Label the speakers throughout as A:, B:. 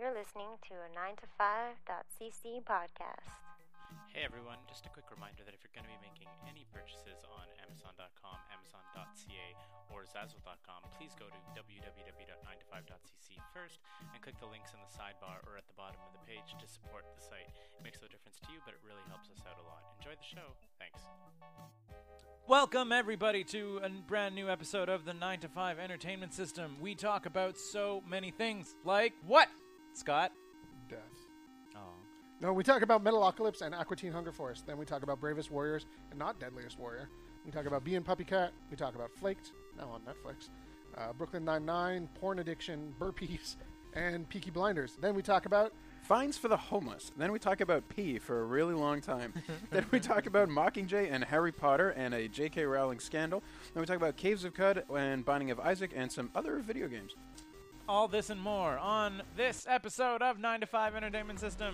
A: You're listening to a 9to5.cc podcast.
B: Hey everyone, just a quick reminder that if you're going to be making any purchases on Amazon.com, Amazon.ca, or Zazzle.com, please go to www.9to5.cc first and click the links in the sidebar or at the bottom of the page to support the site. It makes no difference to you, but it really helps us out a lot. Enjoy the show. Thanks.
C: Welcome, everybody, to a brand new episode of the 9 to 5 Entertainment System. We talk about so many things. Like what, Scott?
D: Death.
C: Oh.
D: No, we talk about Metalocalypse and Aqua Teen Hunger Force. Then we talk about Bravest Warriors and not Deadliest Warrior. We talk about Bee and Puppy Cat. We talk about Flaked, now on Netflix. Uh, Brooklyn Nine-Nine, Porn Addiction, Burpees, and Peaky Blinders. Then we talk about
E: Fines for the homeless. Then we talk about pee for a really long time. then we talk about Mockingjay and Harry Potter and a J.K. Rowling scandal. Then we talk about Caves of Cud and Binding of Isaac and some other video games.
C: All this and more on this episode of 9 to 5 Entertainment System.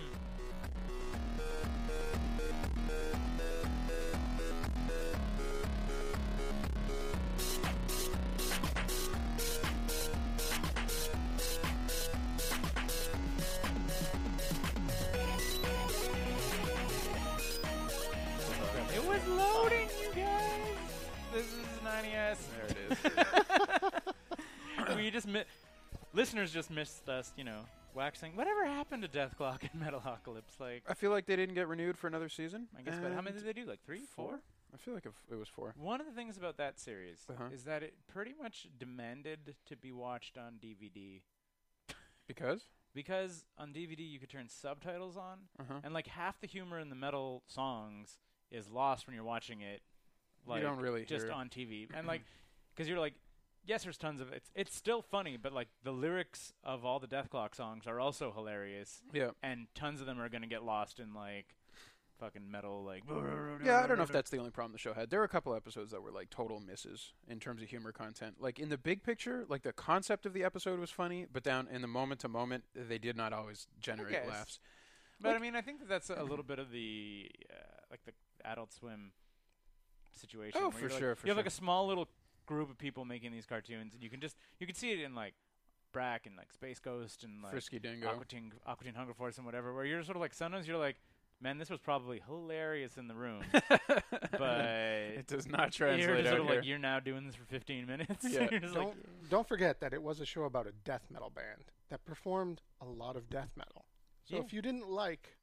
C: It was loading, you guys. This is an NES.
E: There it is.
C: we just mi- listeners just missed us, you know, waxing. Whatever happened to Death Clock and Metalocalypse? Like,
E: I feel like they didn't get renewed for another season.
C: I guess, but how many
E: And
C: did they do? Like three, four?
E: I feel like if it was four.
C: One of the things about that series
E: Uh-huh.
C: is that it pretty much demanded to be watched on DVD
E: Because?
C: because on DVD you could turn subtitles on,
E: Uh-huh.
C: and like half the humor in the metal songs is lost when you're watching it.
E: You
C: Like,
E: don't really
C: just
E: hear it.
C: on TV, and like because you're like, yes, there's tons of it's it's still funny, but like the lyrics of all the Death Clock songs are also hilarious,
E: Yeah.
C: and tons of them are gonna get lost in like fucking metal like.
E: Yeah, I don't know if that's the only problem the show had. There were a couple episodes that were like total misses in terms of humor content. Like in the big picture, like the concept of the episode was funny, but down in the moment to moment, they did not always generate
C: guess.
E: laughs.
C: But I mean, I think that that's a little bit of the uh, like the Adult Swim situation.
E: Oh,
C: where
E: for
C: you're like-
E: sure, for
C: you have like
E: sure.
C: a small little group of people making these cartoons, and you can just you can see it in like Brack and like Space Ghost and like
E: Frisky Dingo.
C: Aqua Teen, Aqua Teen Hunger Force and whatever. Where you're sort of like sometimes you're like, man, this was probably hilarious in the room, but.
E: It does not
C: You're
E: translate
C: just sort
E: out
C: of
E: here.
C: like you're now doing this for 15 minutes.
E: Yeah.
C: You're just like,
D: don't don't forget that it was a show about a death metal band that performed a lot of death metal. So
C: Yeah.
D: if you didn't like,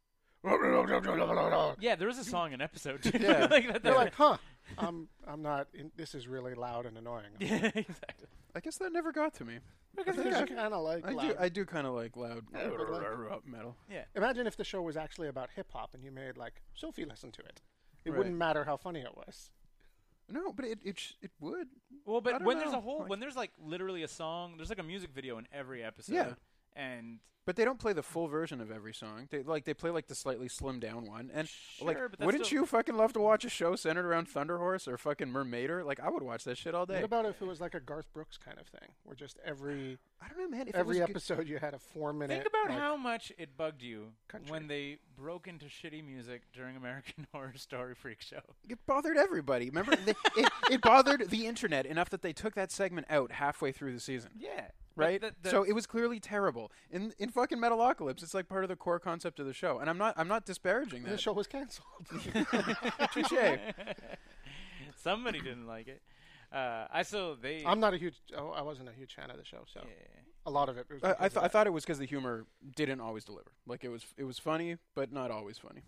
C: yeah, there was a song in episode. Too.
E: Yeah.
C: like, that,
D: they're like, huh, I'm I'm not. In, this is really loud and annoying.
C: yeah, exactly.
E: I guess that never got to me.
D: Because these are kind of like
E: I
D: loud.
E: do, I do kind of like loud
D: Yeah, but like-
E: metal.
D: Imagine if the show was actually about hip hop and you made like Sophie listen to it. It
E: Right.
D: wouldn't matter how funny it was.
E: No, but it it, sh- it would.
C: Well,
E: I
C: but
E: don't
C: when there's
E: know.
C: a whole,
E: Like-
C: when there's like literally a song, there's like a music video in every episode.
E: Yeah.
C: And
E: But they don't play the full version of every song. They like they play like the slightly slimmed down one. And like,
C: Sure, but that's
E: wouldn't
C: still-
E: you fucking love to watch a show centered around Thunder Horse or fucking Mermaider? Like, I would watch that shit all day.
D: What about if it was like a Garth Brooks kind of thing, where just every
E: I don't know, man. If it
D: every
E: was good-
D: episode you had a four minute?
C: think about
D: like,
C: how much it bugged you
D: Country.
C: when they broke into shitty music during American Horror Story Freak Show.
E: it bothered everybody. Remember, they, it, it bothered the internet enough that they took that segment out halfway through the season.
C: Yeah.
E: right?
C: That, that,
E: so it was clearly terrible. In in fucking Metalocalypse, it's like part of the core concept of the show, and I'm not I'm not disparaging
D: the
E: that.
D: show was canceled.
E: Touche.
C: somebody didn't like it. Uh, I so they.
D: I'm not a huge. Oh, I wasn't a huge fan of the show, so
C: yeah.
D: a lot of it. Was
E: I, I,
D: because
E: th- I
D: of
E: thought it was because the humor didn't always deliver. Like it was it was funny, but not always funny.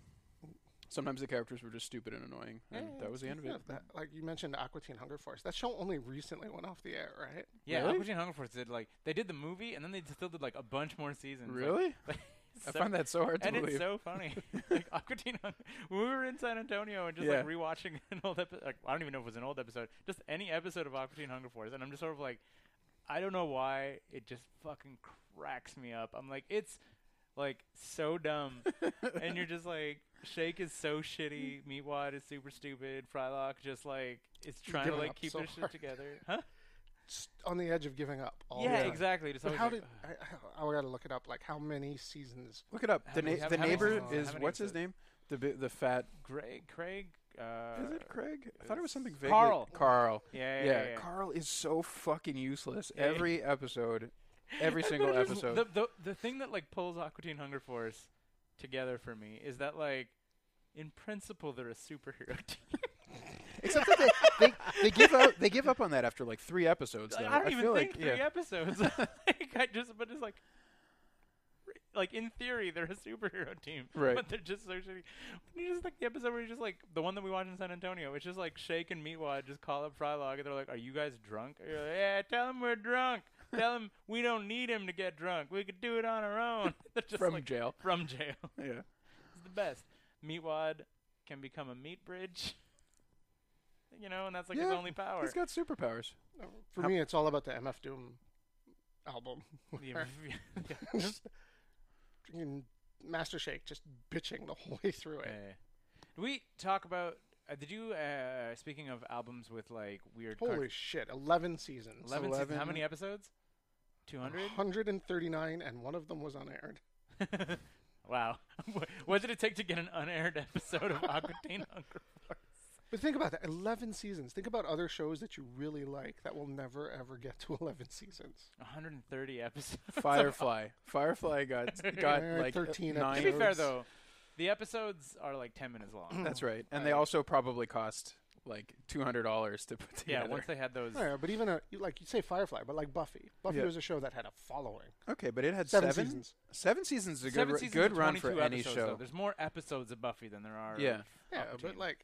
E: Sometimes the characters were just stupid and annoying, and that was the end of
D: that. Yeah,
E: it.
D: that- like you mentioned, Aqua Teen Hunger Force. That show only recently went off the air, right?
C: Yeah,
E: Really?
C: Aqua Teen Hunger Force did like they did the movie and then they still did like a bunch more seasons. Like-
E: Really?
C: Like,
E: I
C: so-
E: find that so hard to
C: and
E: believe.
C: it's so funny. like Aqua Teen Hunger- when we were in San Antonio and just
E: Yeah.
C: like rewatching an old episode, like I don't even know if it was an old episode, just any episode of Aqua Teen Hunger Force, and I'm just sort of like, I don't know why it just fucking cracks me up. I'm like, it's like so dumb, and you're just like, Shake is so shitty, Meatwad is super stupid, Frylock just like is trying to
D: giving
C: like
D: up
C: keep
D: so
C: their shit
D: hard.
C: together, huh?
D: Just on the edge of giving up. All
C: yeah,
D: the time.
C: exactly. Just
D: But
C: always
D: how
C: like,
D: did I, I, I got to look it up? Like how many seasons?
E: Look it up.
C: How
E: The,
C: many-
E: na-
C: how
E: the
C: many
E: neighbor
C: episodes? How
E: is
C: many
E: what's his
C: episodes?
E: name? The bi- the fat
C: Greg, Craig, uh,
E: is it Craig? I thought it was something vaguely
C: Carl.
E: Carl.
C: Yeah, yeah,
E: yeah,
C: yeah, yeah.
E: Carl is so fucking useless.
C: Yeah, yeah.
E: Every episode every
C: And
E: single
C: they're just-
E: episode.
C: The, the, the thing that like pulls Aqua Teen Hunger Force together for me is that like, in principle, they're a superhero team.
E: Except that they, they, they give out they give up on that after like three episodes. Though.
C: Like, I don't even
E: feel
C: think
E: like
C: three
E: yeah.
C: episodes. like, I just, but it's like, re- like in theory, they're a superhero team,
E: Right.
C: But they're just so shitty. When you just like the episode where you just like the one that we watched in San Antonio, it's just like Shake and Meatwad just call up Frylog and they're like, "Are you guys drunk?" And you're like, "Yeah, tell him we're drunk. tell him we don't need him to get drunk. We could do it on our own." they're just
E: from
C: like,
E: jail.
C: from jail.
E: Yeah.
C: It's the best. Meatwad can become a meat bridge. You know, and that's like his
E: Yeah,
C: only power.
E: He's got superpowers.
D: For me, it's all about the MF Doom album.
C: Yeah, yeah.
D: just freaking Master Shake, just bitching the whole way through it.
C: Yeah. Did we talk about? Uh, did you? Uh, speaking of albums with like weird.
D: Holy
C: cart-
D: shit! Eleven seasons,
C: 11 seasons. How
E: 11.
C: many episodes? Two hundred.
D: hundred and thirty-nine, and one of them was unaired.
C: wow. What- what did it take to get an unaired episode of Aquatine Hunger Force?
D: But think about that: eleven seasons. Think about other shows that you really like that will never ever get to eleven seasons.
C: 130 episodes.
E: Firefly. Firefly got got
D: Yeah,
E: like
D: 13
E: nine.
C: to be fair
D: episodes.
C: though, the episodes are like 10 minutes long.
E: That's right. And they also probably cost like two hundred dollars to put
C: yeah.
E: together.
C: Once they had those.
D: I don't know, but even a you- like you say Firefly, but like Buffy. Buffy
E: Yeah.
D: was a show that had a following.
E: okay, but it had
D: Seven
E: seven,
D: seasons.
E: Seven seasons is a
C: Seven
E: good ru-
C: seasons
E: good
C: of
E: run for
C: 22
E: any
C: episodes,
E: show.
C: Though. There's more episodes of Buffy than there are.
E: Yeah.
C: of
D: Yeah,
C: Aqua
D: but
C: Teen.
D: like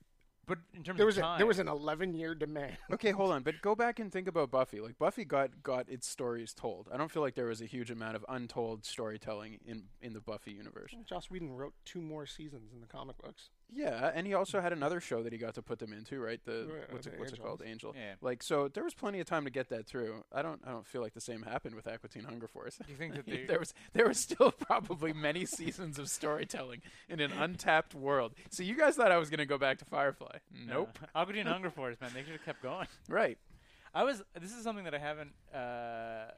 C: but in terms
D: there
C: of
D: was a,
C: time,
D: there was an eleven-year demand.
E: Okay, hold on, but go back and think about Buffy. Like Buffy got got its stories told. I don't feel like there was a huge amount of untold storytelling in in the Buffy universe.
D: Joss Whedon wrote two more seasons in the comic books.
E: Yeah, and he also had another show that he got to put them into, right? The
D: Right,
E: what's
D: the
E: it, what's it called, Angel.
C: Yeah.
E: Like so, there was plenty of time to get that through. I don't I don't feel like the same happened with Aqua Teen Hunger Force.
C: Do you think that they-
E: there was there was still probably many seasons of storytelling in an untapped world. So you guys thought I was going to go back to Firefly? Nope.
C: Uh, Aquatine Hunger Force, man. They should have kept going.
E: Right.
C: I was. This is something that I haven't uh,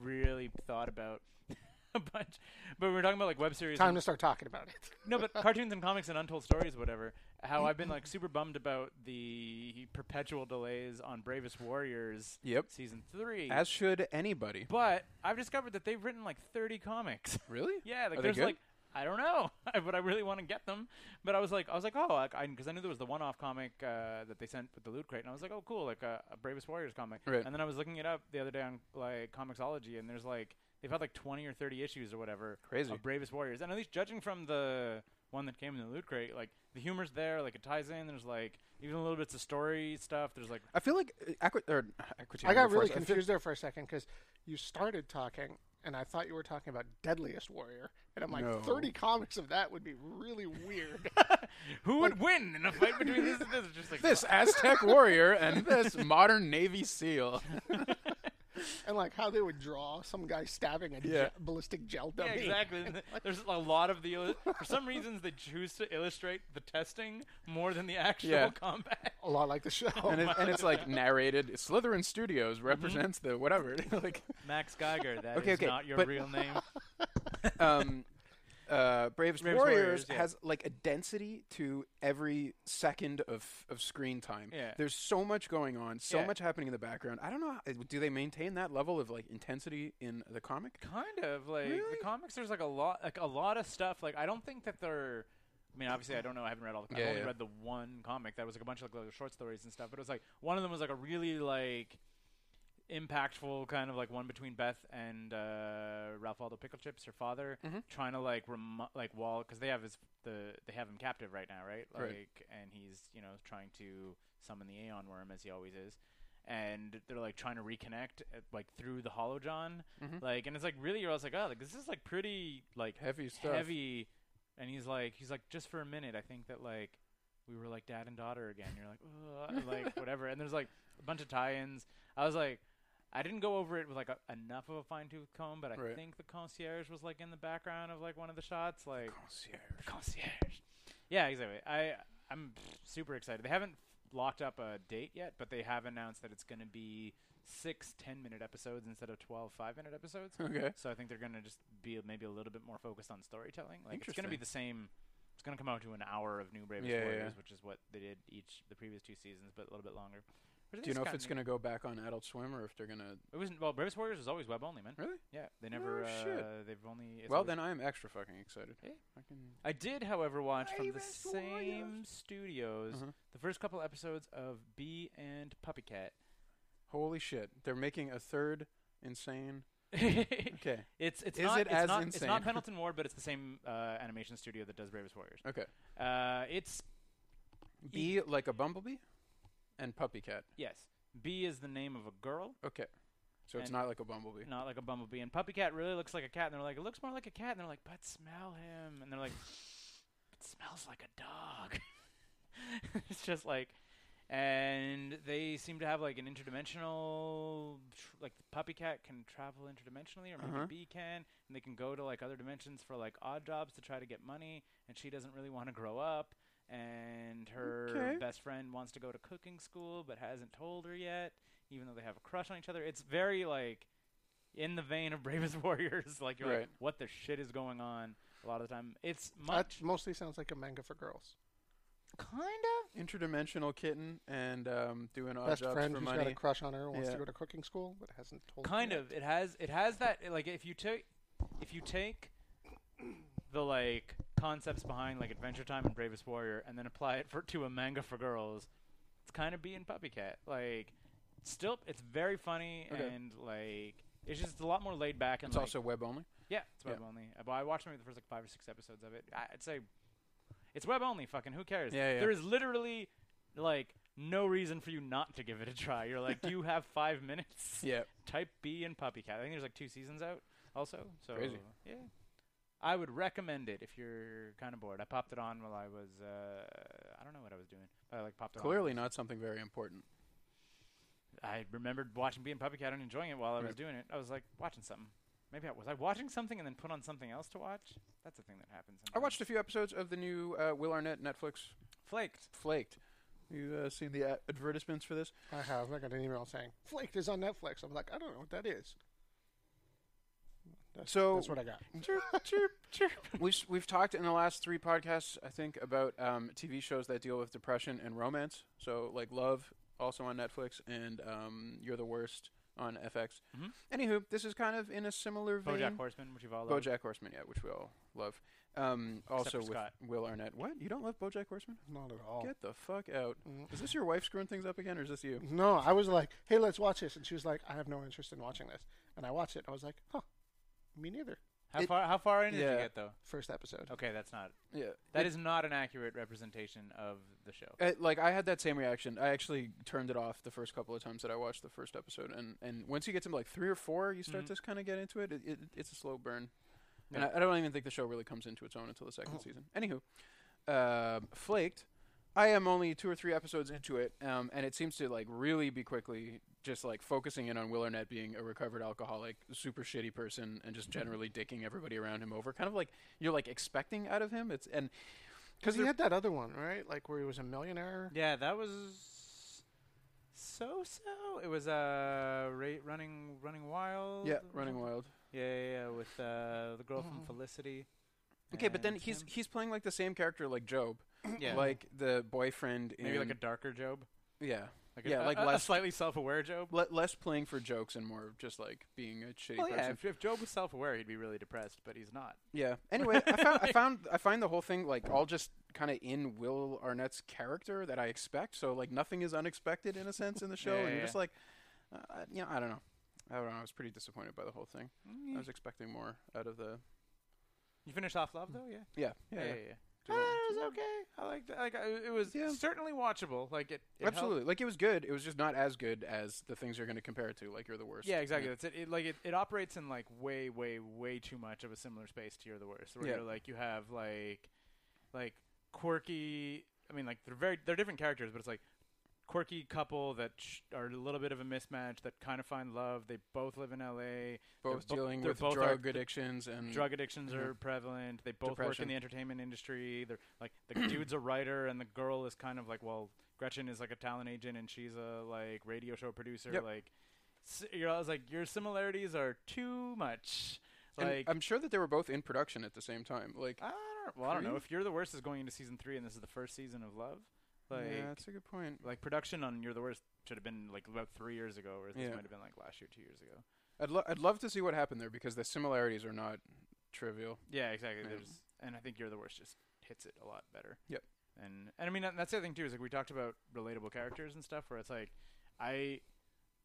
C: really thought about a bunch. But we we're talking about like web series.
D: Time
C: and-
D: to start talking about it.
C: no, but cartoons and comics and untold stories, whatever. How I've been like super bummed about the perpetual delays on Bravest Warriors.
E: Yep.
C: Season three.
E: As should anybody.
C: but I've discovered that they've written like 30 comics.
E: Really?
C: Yeah, like
E: Are they
C: there's
E: good?
C: like I don't know, but I really want to get them. But I was like, I was like, oh, like, I because I knew there was the one-off comic uh, that they sent with the loot crate, and I was like, oh, cool, like uh, a Bravest Warriors comic.
E: Right.
C: And then I was looking it up the other day on like Comixology, and there's like they've had like 20 or 30 issues or whatever
E: Crazy.
C: of Bravest Warriors, and at least judging from the one that came in the loot crate, like the humor's there, like it ties in. There's like even a little bits of story stuff. There's like
E: I feel like uh, Aqua, or, uh, Aqua Teen
D: I got
E: Hunger
D: really
E: Force, I feel-
D: confused there for a second because you started talking, and I thought you were talking about Deadliest Warrior, and I'm like,
E: No.
D: 30 comics of that would be really weird.
C: who would win in a fight between this and this? It's Just like
E: This Aztec warrior and this modern Navy SEAL.
D: and like how they would draw some guy stabbing a
E: Yeah.
D: ge- ballistic gel dummy.
C: Yeah, exactly. And th- There's a lot of the illu- for some reasons they choose to illustrate the testing more than the actual
E: Yeah.
C: combat.
D: A lot like the show.
C: Oh,
E: and, it, and it's like narrated. Slytherin
C: Mm-hmm.
E: Studios represents the whatever. like,
C: Max Geiger, that
E: Okay, is okay,
C: not
E: not
C: your
E: your but-
C: real
E: real
C: name.
E: um, uh, Bravest,
C: Bravest
E: Warriors,
C: Warriors, yeah.
E: has like a density to every second of, of screen time.
C: Yeah.
E: There's so much going on, so
C: Yeah.
E: much happening in the background. I don't know. how- Do they maintain that level of like intensity in the comic?
C: kind of like
E: Really?
C: the comics. There's like a lot, like a lot of stuff. Like I don't think that they're. I mean, obviously, I don't know. I haven't read all the.
E: Yeah,
C: I've only
E: yeah.
C: read the one comic that was like a bunch of like, little short stories and stuff. But it was like one of them was like a really like impactful kind of like one between Beth and uh, Ralph Waldo Picklechips, her father,
E: Mm-hmm.
C: trying to like rem- like wall because they have his the they have him captive right now, right? Like,
E: Right.
C: and he's you know trying to summon the Aeon Worm as he always is, and they're like trying to reconnect uh, like through the Hollow John, like, and it's like really you're always like oh like this is like pretty like
E: Mm-hmm. Heavy stuff.
C: heavy, and he's like he's like just for a minute I think that like we were like dad and daughter again. You're like, "Ugh," like whatever. And there's like a bunch of tie-ins. I was like, I didn't go over it with like a, enough of a fine-tooth comb, but I
E: Right.
C: think the concierge was like in the background of like one of the shots, like
E: Concierge.
C: concierge. Yeah, exactly. I I'm super excited. They haven't locked up a date yet, but they have announced that it's going to be six 10-minute episodes instead of 12 5-minute episodes.
E: Okay.
C: So I think they're going to just be maybe a little bit more focused on storytelling. Like it's going to be
E: Interesting.
C: the same. It's going to come out to an hour of New Bravest
E: Yeah, yeah,
C: Warriors,
E: yeah.
C: which is what they did each the previous two seasons, but a little bit longer. Where did
E: Do you
C: this
E: know if
C: come
E: it's going to go back on Adult Swim or if they're going to.
C: It wasn't well. Bravest Warriors was always web only, man.
E: Really? Oh,
C: Yeah, they never. uh,
E: shit.
C: They've only. it's
E: well,
C: always-
E: then I am extra fucking excited.
C: Yeah.
E: I can.
C: I did, however, watch from the
E: Bravest
C: same
E: Warriors.
C: studios
E: Uh-huh.
C: the first couple episodes of Bee and Puppy Cat.
E: Holy shit. They're making a third insane. Okay.
C: it's it's
E: Is
C: not
E: it
C: it's
E: as
C: not it's
E: insane?
C: not Pendleton Ward, but it's the same uh, animation studio that does Bravest Warriors.
E: Okay.
C: Uh, it's
E: Bee like a bumblebee and puppy cat.
C: yes. Bee is the name of a girl,
E: Okay. So it's
C: And-
E: not like a bumblebee.
C: not like a bumblebee. And Puppy Cat really looks like a cat, and they're like, it looks more like a cat, and they're like, but smell him, and they're like, it smells like a dog. it's just like, and they seem to have like an interdimensional, tr- like the Puppy Cat can travel interdimensionally, or maybe
E: Uh-huh.
C: Bee can, and they can go to like other dimensions for like odd jobs to try to get money, and she doesn't really want to grow up. And her
E: Okay.
C: best friend wants to go to cooking school, but hasn't told her yet, even though they have a crush on each other. It's very like in the vein of Bravest Warriors. Like you're like,
E: Right.
C: what the shit is going on? A lot of the time, it's
D: That
C: much
D: mostly sounds like a manga for girls.
C: kind of.
E: Interdimensional kitten and um, doing odd
D: Best
E: jobs
D: friend
E: for
D: who's
E: money.
D: got a crush on her wants
E: Yeah.
D: to go to cooking school but hasn't told. her
C: Kind
D: yet.
C: of. It has. It has that. Like if you take, if you take the like concepts behind like Adventure Time and Bravest Warrior, and then apply it for to a manga for girls, it's kind of being Puppy Cat. Like, still, it's very funny
E: Okay.
C: and like it's just a lot more laid back and
E: It's
C: like,
E: also web only.
C: Yeah, it's
E: Yeah.
C: web only. Uh, But I watched maybe the first like five or six episodes of it. I- I'd say it's web only. Fucking who cares?
E: Yeah, yeah.
C: There is literally like no reason for you not to give it a try. You're like, do you have five minutes?
E: Yeah.
C: Type B and Puppy Cat. I think there's like two seasons out also. So
E: Crazy.
C: yeah, I would recommend it if you're kind of bored. I popped it on while I was uh, I don't know what I was doing. But I like popped it on.
E: Clearly not something very important.
C: I remembered watching Bee and Puppy Cat and enjoying it while I was
E: Right.
C: doing it. I was like watching something. Maybe I was I watching something and then put on something else to watch. That's a thing that happens.
E: I
C: sometimes.
E: watched a few episodes of the new uh, Will Arnett Netflix
C: Flaked.
E: Flaked. You uh, seen the a- advertisements for this?
D: I have. I got an email saying Flaked is on Netflix. I'm like, I don't know what that is. That's,
E: So-
D: that's what I got.
E: chirp, chirp, chirp. We've s- we've talked in the last three podcasts, I think, about um, TV shows that deal with depression and romance. So like Love, also on Netflix, and um, You're the Worst on FX.
C: Mhm.
E: Anywho, this is kind of in a similar vein.
C: BoJack Horseman, which you've all loved.
E: BoJack Horseman, yeah, which we all love. Um, also
C: for
E: with
C: Scott.
E: Will Arnett. What? You don't love BoJack Horseman?
D: Not at all.
E: Get the fuck out!
C: Mm-hmm.
D: Mm.
E: Is this your wife screwing things up again, or is this you?
D: No, I was like, hey, let's watch this, and she was like, I have no interest in watching this, and I watched it. I was like, huh, me neither.
C: How
E: It-
C: far? How far in did
E: yeah.
C: you get though?
D: First episode.
C: Okay, that's not.
E: Yeah,
C: That is not an accurate representation of the show.
E: Uh, like I had that same reaction. I actually turned it off the first couple of times that I watched the first episode, and, and once you get to like three or four, you start
C: Mhm.
E: to kind of get into it. It, it. It's a slow burn, and
C: Yeah.
E: I, I don't even think the show really comes into its own until the second season. Anywho, um flaked. I am only two or three episodes into it, um, and it seems to like really be quickly just like focusing in on Will Arnett being a recovered alcoholic, super shitty person, and just generally dicking everybody around him over. Kind of like you're like expecting out of him. It's and
D: Because he
E: they're-
D: had that other one, right? Like where he was a millionaire.
C: Yeah, that was so so. It was uh ra- running running wild.
E: yeah,
C: or
E: running
C: something?
E: wild. Mm-hmm.
C: Yeah, yeah, yeah, with uh, the girl from
D: Mhm.
C: Felicity.
E: Okay, but then
C: and
E: he's
C: him.
E: he's playing like the same character like Job,
C: yeah,
E: like the boyfriend. In,
C: maybe like a darker Job.
E: yeah,
C: Like a,
E: Yeah,
C: a-
E: like
C: a, a
E: less-
C: slightly self-aware Job.
E: Le- less playing for jokes and more just like being a shitty
C: Well, Oh, yeah,
E: person.
C: if, if Job was self-aware, he'd be really depressed, but he's not.
E: Yeah. Anyway, I found I found I find the whole thing like all just kind of in Will Arnett's character that I expect. So like nothing is unexpected in a sense in the show,
C: Yeah,
E: and
C: yeah,
E: you're
C: yeah.
E: just like, uh, I- you know, I don't know. I don't know. I was pretty disappointed by the whole thing. I
C: Mm,
E: was expecting more out of the.
C: Uh, You finished off love though, yeah.
E: Yeah. Yeah. yeah.
C: Ah,
E: Do
C: it
E: it.
C: was okay. I liked it. Like I- it was
E: Yeah.
C: certainly watchable. Like it, it helped.
E: Absolutely. Like it was good. It was just not as good as the things you're going to compare it to. Like you're the worst.
C: Yeah, exactly. That's it. it. Like it, it operates in like way, way, way too much of a similar space to You're the Worst, where
E: Yeah.
C: you're like you have like, like quirky. I mean, like they're very they're different characters, but it's like quirky couple that sh- are a little bit of a mismatch that kind of find love. They both live in L.A.
E: both
C: They're bo-
E: dealing
C: they're
E: with
C: both
E: drug
C: are-
E: addictions and
C: Drug addictions
E: Mhm.
C: are prevalent. They both work in
E: Depression.
C: the entertainment industry. They're like the dude's a writer and the girl is kind of like well, Gretchen is like a talent agent and she's a like radio show producer.
E: Yep.
C: Like, s- you're, I was like your similarities are too much.
E: and
C: Like
E: I'm sure that they were both in production at the same time. Like
C: I don't. Well, I don't know
E: Three?
C: if you're the worst is going into season three, and this is the first season of Love. Like,
E: yeah, that's a good point.
C: like production on You're the Worst should have been like about three years ago, whereas
E: Yeah.
C: this might have been like last year, two years ago.
E: I'd lo- I'd love to see what happened there because the similarities are not trivial.
C: Yeah, exactly.
E: Yeah.
C: There's and I think You're the Worst just hits it a lot better.
E: Yep.
C: And and I mean that- that's the other thing too is like we talked about relatable characters and stuff where it's like I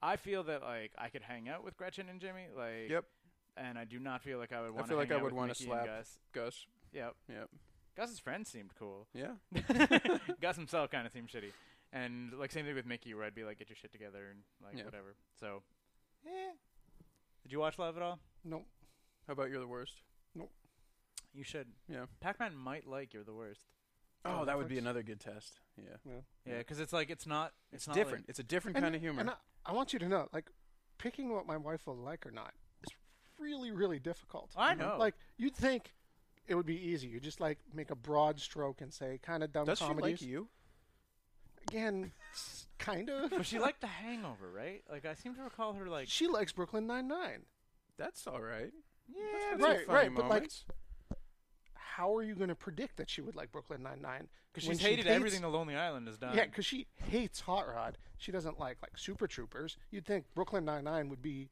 C: I feel that like I could hang out with Gretchen and Jimmy like
E: Yep.
C: and I do not feel like I would want
E: feel like I would
C: want
E: wanna
C: to
E: slap-
C: Gus.
E: Gus.
C: Yep.
E: Yep.
C: Gus's friends seemed cool.
E: Yeah.
C: Gus himself kind of seemed shitty. And like same thing with Mickey where I'd be like get your shit together and like
E: Yeah.
C: whatever. So eh. Did you watch Love at all?
D: Nope.
E: How about you're the worst?
C: You should.
E: Yeah.
C: Pac-Man might like You're the Worst.
E: Oh,
D: Oh,
E: that would be
D: Netflix.
E: another good test. Yeah.
C: Yeah,
E: Yeah.
C: because it's like it's not. It's,
E: It's,
C: not
E: different. it's a different
D: And-
E: kind of humor.
D: And I, I want you to know, like, picking what my wife will like or not is really, really difficult.
C: Like, I know.
D: Like, you'd think it would be easy. You just like make a broad stroke and say kind of dumb
E: Does she
D: comedies.
E: like you?
D: Again, s- kind of.
C: but she liked The Hangover, right? Like I seem to recall her like.
D: she likes Brooklyn Nine Nine.
E: That's all right.
C: Yeah,
E: That's a
D: right,
E: funny
D: right, but, like,
E: moment.
D: How are you going to predict that she would like Brooklyn Nine Nine?
C: because she's hated everything the Lonely Island has done.
D: Yeah, because she hates Hot Rod. She doesn't like like Super Troopers. You'd think Brooklyn Nine Nine would be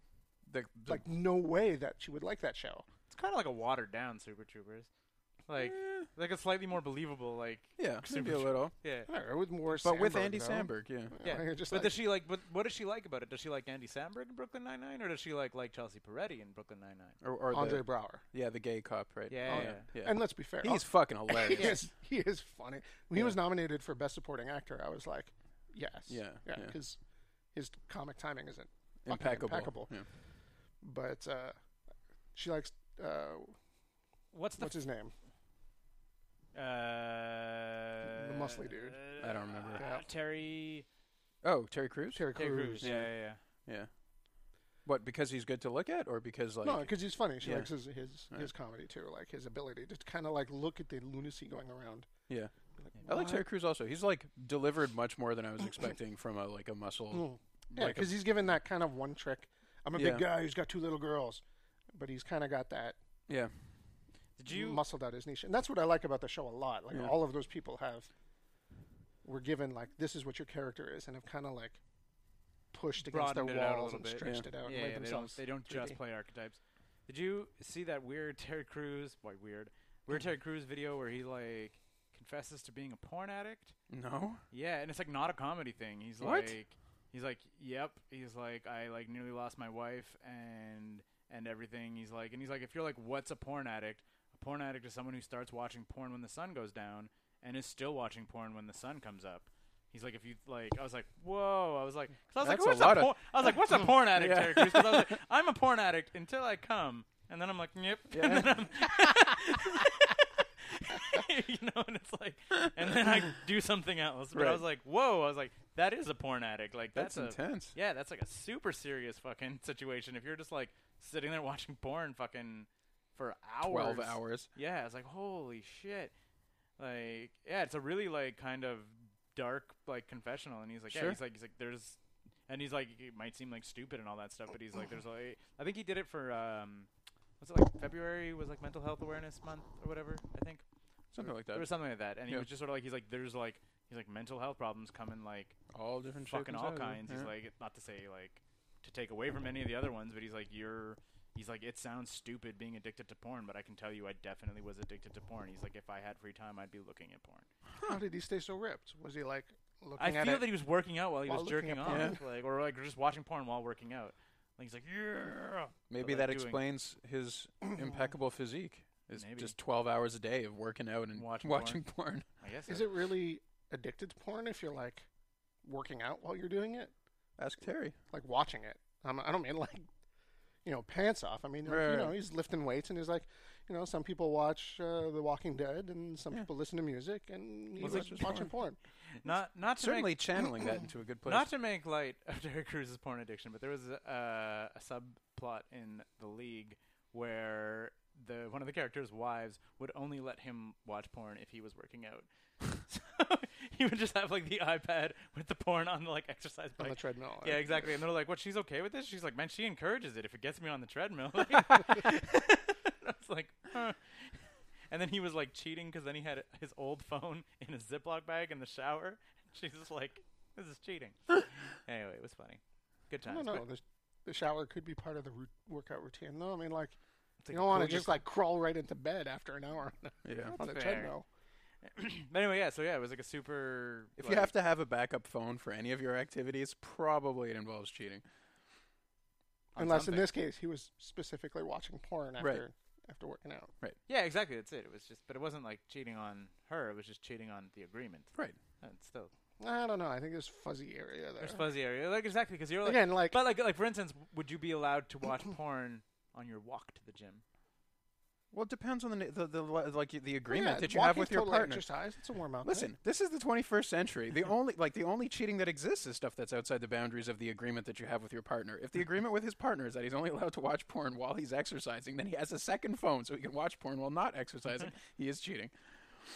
E: the, the-
D: like no way that she would like that show.
C: it's kind of like a watered down Super Troopers, like
E: Eh,
C: like a slightly more believable like.
E: yeah,
C: Super
E: maybe a little,
C: Yeah.
D: I don't know, with more,
E: but with
D: Sandberg,
E: Andy
D: though.
E: Samberg, yeah.
C: Yeah,
D: Like, just
C: but
D: like-
C: does she like? What, what does she like about it? Does she like Andy Samberg in Brooklyn Nine Nine, or does she like like Chelsea Peretti in Brooklyn Nine Nine?
E: or, or
D: Andre
E: the,
D: Brower.
E: yeah, the gay cop, right?
C: Yeah,
D: Oh,
C: yeah.
E: yeah.
D: And let's be fair, oh,
E: He's fucking
D: he
E: hilarious.
D: is he is funny. When he was nominated for best supporting actor, I was like, yes,
E: Yeah,
D: yeah,
E: yeah.
D: because his comic timing isn't fucking
E: impeccable.
D: impeccable.
E: Yeah.
D: But uh, she likes uh,
C: What's the
D: what's his name?
C: uh
D: The muscly dude.
E: I don't remember.
C: uh, Terry
E: Oh, Terry Crews.
D: Terry
C: Terry
D: Crews.
C: Crews. Yeah, yeah, yeah.
E: Yeah. What? Because he's good to look at, or because like
D: No, because he's funny. She
E: Yeah.
D: likes his his, his comedy too, like his ability to kind of like look at the lunacy going around.
E: yeah.
D: Like,
E: I like
D: what?
E: Terry Crews also. He's like delivered much more than I was expecting from a like a muscle.
D: Mm. Yeah,
E: like a-
D: because he's given that kind of one trick. I'm a
E: Yeah.
D: big guy who's got two little girls, but he's kind of got that
E: Yeah.
C: Did you
D: muscled out his niche, and that's what I like about the show a lot. Like
E: Yeah.
D: all of those people have were given like this is what your character is, and have kind of like pushed against
C: Broadened
D: their
C: it out a
D: walls
C: little
D: and
C: bit.
D: stretched it out and
C: Yeah,
D: made
C: yeah, they don't,
D: themselves.
C: they don't
D: 3D.
C: just play archetypes. Did you see that weird Terry Crews? Why weird? Weird Terry Crews video where he like confesses to being a porn addict.
E: No.
C: Yeah, and it's like not a comedy thing. He's
E: What?
C: like, he's like, yep. He's like, I like nearly lost my wife and and everything. He's like, and he's like, if you're like, what's a porn addict? A porn addict is someone who starts watching porn when the sun goes down and is still watching porn when the sun comes up. He's like, if you like, I was like, whoa. I was like, 'cause I was
E: That's a
C: like, what's a,
E: lot of-
C: por-? I was like, what's a porn addict,
E: Yeah.
C: Terry Crews? 'Cause I was like, I'm a porn addict until I come, and then I'm like, yep. And then I'm- you know, and it's like, and then I do something else. But I
E: Right.
C: was like, whoa! I was like, that is a porn addict. Like
E: That's,
C: that's, a,
E: intense.
C: Yeah, that's like a super serious fucking situation. If you're just like sitting there watching porn, fucking for hours,
E: Twelve hours.
C: Yeah, it's like holy shit. Like, yeah, it's a really like kind of dark like confessional. And he's like, yeah,
E: Sure.
C: he's like, he's like, there's, and he's like, it might seem like stupid and all that stuff, but he's like, there's like, I think he did it for um, was it like February was like Mental Health Awareness Month or whatever. I think.
E: Something like
C: There
E: that.
C: was something like that, and he
E: Yeah.
C: was just sort of like he's like there's like he's like mental health problems coming like
E: All different shapes
C: fucking
E: and
C: all
E: sizes,
C: kinds. He's
E: yeah.
C: like not to say like to take away from any of the other ones, but he's like you're he's like it sounds stupid being addicted to porn, but I can tell you I definitely was addicted to porn. He's like if I had free time, I'd be looking at porn.
D: How did he stay so ripped? Was he like looking
C: I
D: at
C: feel
D: it?
C: that he was working out while he
D: While
C: was
D: looking
C: jerking
D: at
C: off,
E: porn.
C: like or like just watching porn while working out. Like he's like yeah.
E: Maybe
C: like,
E: that
C: doing-
E: explains his impeccable physique. It's
C: Maybe.
E: just twelve hours a day of working out and
C: Watching
E: watching,
C: porn.
E: porn.
C: I guess
D: Is
C: so.
D: it really addicted to porn if you're like working out while you're doing it,
E: Ask Terry.
D: like watching it? I'm, I don't mean like you know pants off. I mean like, you
E: Right.
D: know he's lifting weights and he's like you know some people watch uh, The Walking Dead and some
E: Yeah.
D: people listen to music and he's
E: Well,
D: like
E: it's just
D: watching porn.
C: not not to make
E: Certainly channeling that into a good place.
C: Not to make light of Terry Crews' porn addiction, but there was a, a subplot in the league where the one of the characters' wives would only let him watch porn if he was working out. so he would just have like the iPad with the porn on the like exercise
D: on the
C: bike.
D: treadmill.
C: yeah, exactly. And they're like, "What? She's okay with this?" She's like, "Man, she encourages it. If it gets me on the treadmill." I was like, huh. and then he was like cheating because then he had his old phone in a Ziploc bag in the shower. She's just like, this is cheating. anyway, it was funny. Good
D: I
C: times.
D: don't know.
C: but
D: The, the shower could be part of the root workout routine, though. I mean, like,
C: it's
D: you
C: like
D: don't want to
C: gorgeous-
D: just, like, crawl right into bed after an hour
E: Yeah.
D: on the
C: Fair.
D: treadmill.
C: But anyway, yeah. So yeah, it was like a super.
E: If
C: like-
E: you have to have a backup phone for any of your activities, probably it involves cheating.
C: on
D: Unless
C: something.
D: in this case, he was specifically watching porn after,
E: Right.
D: after working out.
C: Yeah, exactly. That's it. It was just, but it wasn't like cheating on her. It was just cheating on the agreement.
E: Right.
C: And still,
D: I don't know. I think there's fuzzy area there.
C: there's fuzzy area. Like exactly because you're like,
D: Again, like,
C: but like like for instance, would you be allowed to watch porn on your walk to the gym?
E: Well, it depends on the, na- the, the li- like y- the
D: well, yeah,
E: agreement that you have
D: walking's
E: with your
D: totally
E: partner.
D: Exercise. It's a warm up.
E: Listen, this is the 21st century. The only like the only cheating that exists is stuff that's outside the boundaries of the agreement that you have with your partner. If the
C: Mm-hmm.
E: agreement with his partner is that he's only allowed to watch porn while he's exercising, then he has a second phone so he can watch porn while not exercising. he is cheating.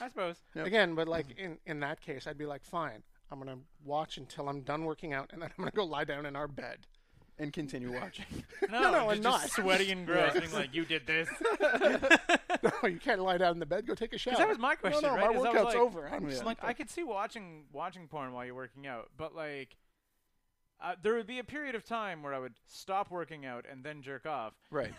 C: I suppose.
E: Yep.
D: Again, but like
E: Mm-hmm.
D: in, in that case, I'd be like, fine, I'm going to watch until I'm done working out and then I'm going to go lie down in our bed.
E: And continue watching.
C: No,
D: no,
C: just,
D: I'm
C: just
D: not.
C: sweaty and gross, being like, "You did this."
D: no, you can't lie down in the bed. Go take a shower.
C: that was my question,
D: No, no,
C: right?
D: my
C: Is that was
D: workout's
C: like-
D: over. I'm
E: Yeah.
D: just
C: like
D: like,
C: I could see watching watching porn while you're working out, but like uh, there would be a period of time where I would stop working out and then jerk off.
E: Right.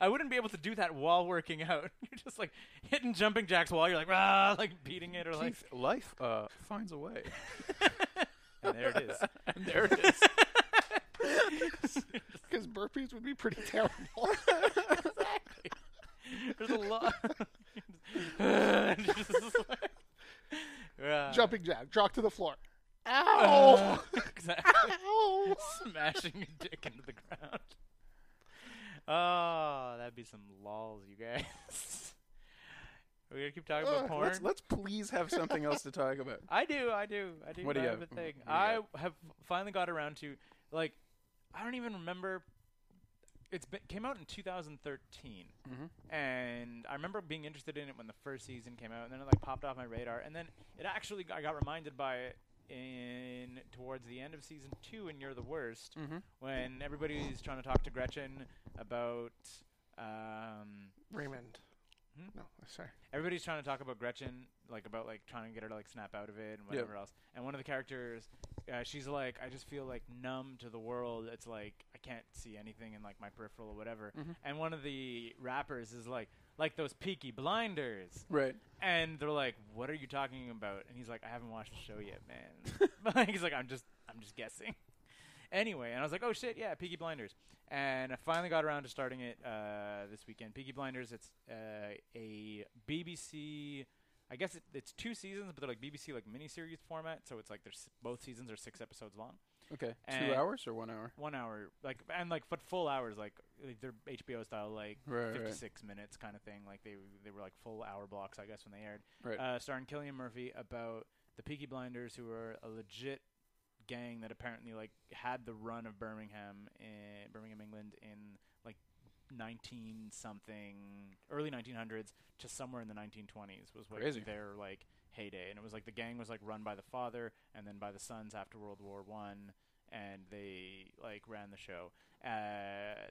C: I wouldn't be able to do that while working out. You're just like hitting jumping jacks while you're like rah, like beating it or like
E: Keith, life uh, finds a way.
C: and there it is.
E: and there it is.
D: because burpees would be pretty terrible.
E: Uh.
C: There's a lot. Just like- Yeah.
D: Jumping jack, drop to the floor.
E: Oh.
D: Ow!
C: uh,
E: Uh.
C: Exactly.
D: Ow!
C: smashing your dick into the ground. Oh, that'd be some lols, you guys. We're gonna keep talking about
D: Ugh,
C: porn.
E: Uh, Let's, let's please have something else to talk about.
C: I do, I do, I do.
E: What do you
C: I
E: have? Mm,
C: have a thing.
E: What do you
C: I have finally got around to like, I don't even remember. It's been, came out in 2013,
E: Mm-hmm.
C: and I remember being interested in it when the first season came out, and then it like popped off my radar, and then it actually I got reminded by it in towards the end of season two in You're the Worst,
E: Mm-hmm.
C: when everybody's trying to talk to Gretchen about. Um,
D: Raymond.
C: Hmm?
D: No, sorry.
C: everybody's trying to talk about Gretchen, like about like trying to get her to like snap out of it and whatever else. And one of the characters, uh, she's like, I just feel like numb to the world. It's like I can't see anything in like my peripheral or whatever. And one of the rappers is like, like those Peaky Blinders.
E: Right.
C: And they're like, "What are you talking about?" And he's like, "I haven't watched the show yet, man." But he's like, "I'm just, I'm just guessing." Anyway, and I was like, "Oh shit, yeah, Peaky Blinders," and I finally got around to starting it uh, this weekend. Peaky Blinders, it's uh, a BBC. I guess it, it's two seasons, but they're like BBC like miniseries format, so it's like there's both seasons are six episodes long,
E: Okay. Two
C: And-
E: hours or one hour?
C: one hour like and like but full hours like like they're HBO style like
E: Right, right.
C: 56 minutes kind of thing. Like they they were like full hour blocks, I guess, when they aired.
E: Right.
C: Uh, starring Killian Murphy about the Peaky Blinders, who are a legit gang that apparently like had the run of Birmingham in Birmingham, England, in like 19 something, early 1900s to somewhere in the 1920s was what
E: Crazy.
C: their like heyday, and it was like the gang was like run by the father and then by the sons after World War One, and they like ran the show. Uh,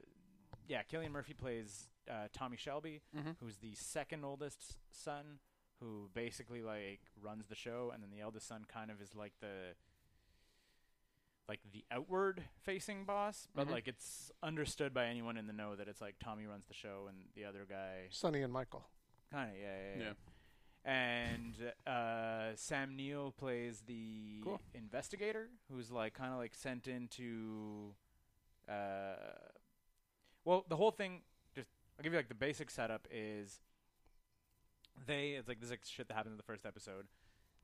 C: yeah, Killian Murphy plays uh, Tommy Shelby,
E: Mhm.
C: who's the second oldest s- son, who basically like runs the show, and then the eldest son kind of is like the like the outward facing boss, but
E: Mhm.
C: like it's understood by anyone in the know that it's like Tommy runs the show and the other guy
D: Sonny and Michael.
C: kind of yeah yeah. yeah. And uh, Sam Neill plays the
E: Cool.
C: investigator, who's like kind of like sent into. Uh, well, the whole thing. Just I'll give you like the basic setup is. They it's like this is like shit that happens in the first episode.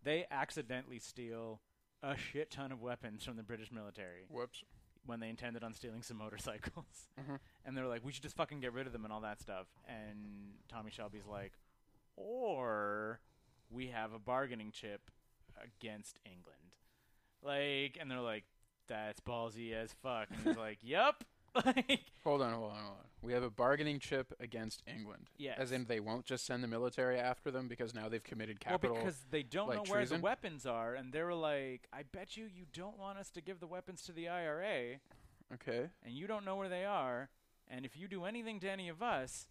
C: They accidentally steal a shit ton of weapons from the British military
E: Whoops.
C: when they intended on stealing some motorcycles.
E: Mhm.
C: And they're like, we should just fucking get rid of them and all that stuff. And Tommy Shelby's like, or we have a bargaining chip against England. Like, and they're like, that's ballsy as fuck. And he's like, yep. like,
E: Hold on, hold on, hold on. We have a bargaining chip against England.
C: yes.
E: As in, they won't just send the military after them because now they've committed
C: well,
E: capital.
C: because they don't
E: like,
C: know where
E: treason?
C: the weapons are, and they were like, "I bet you you don't want us to give the weapons to the IRA."
E: okay.
C: and you don't know where they are, and if you do anything to any of us,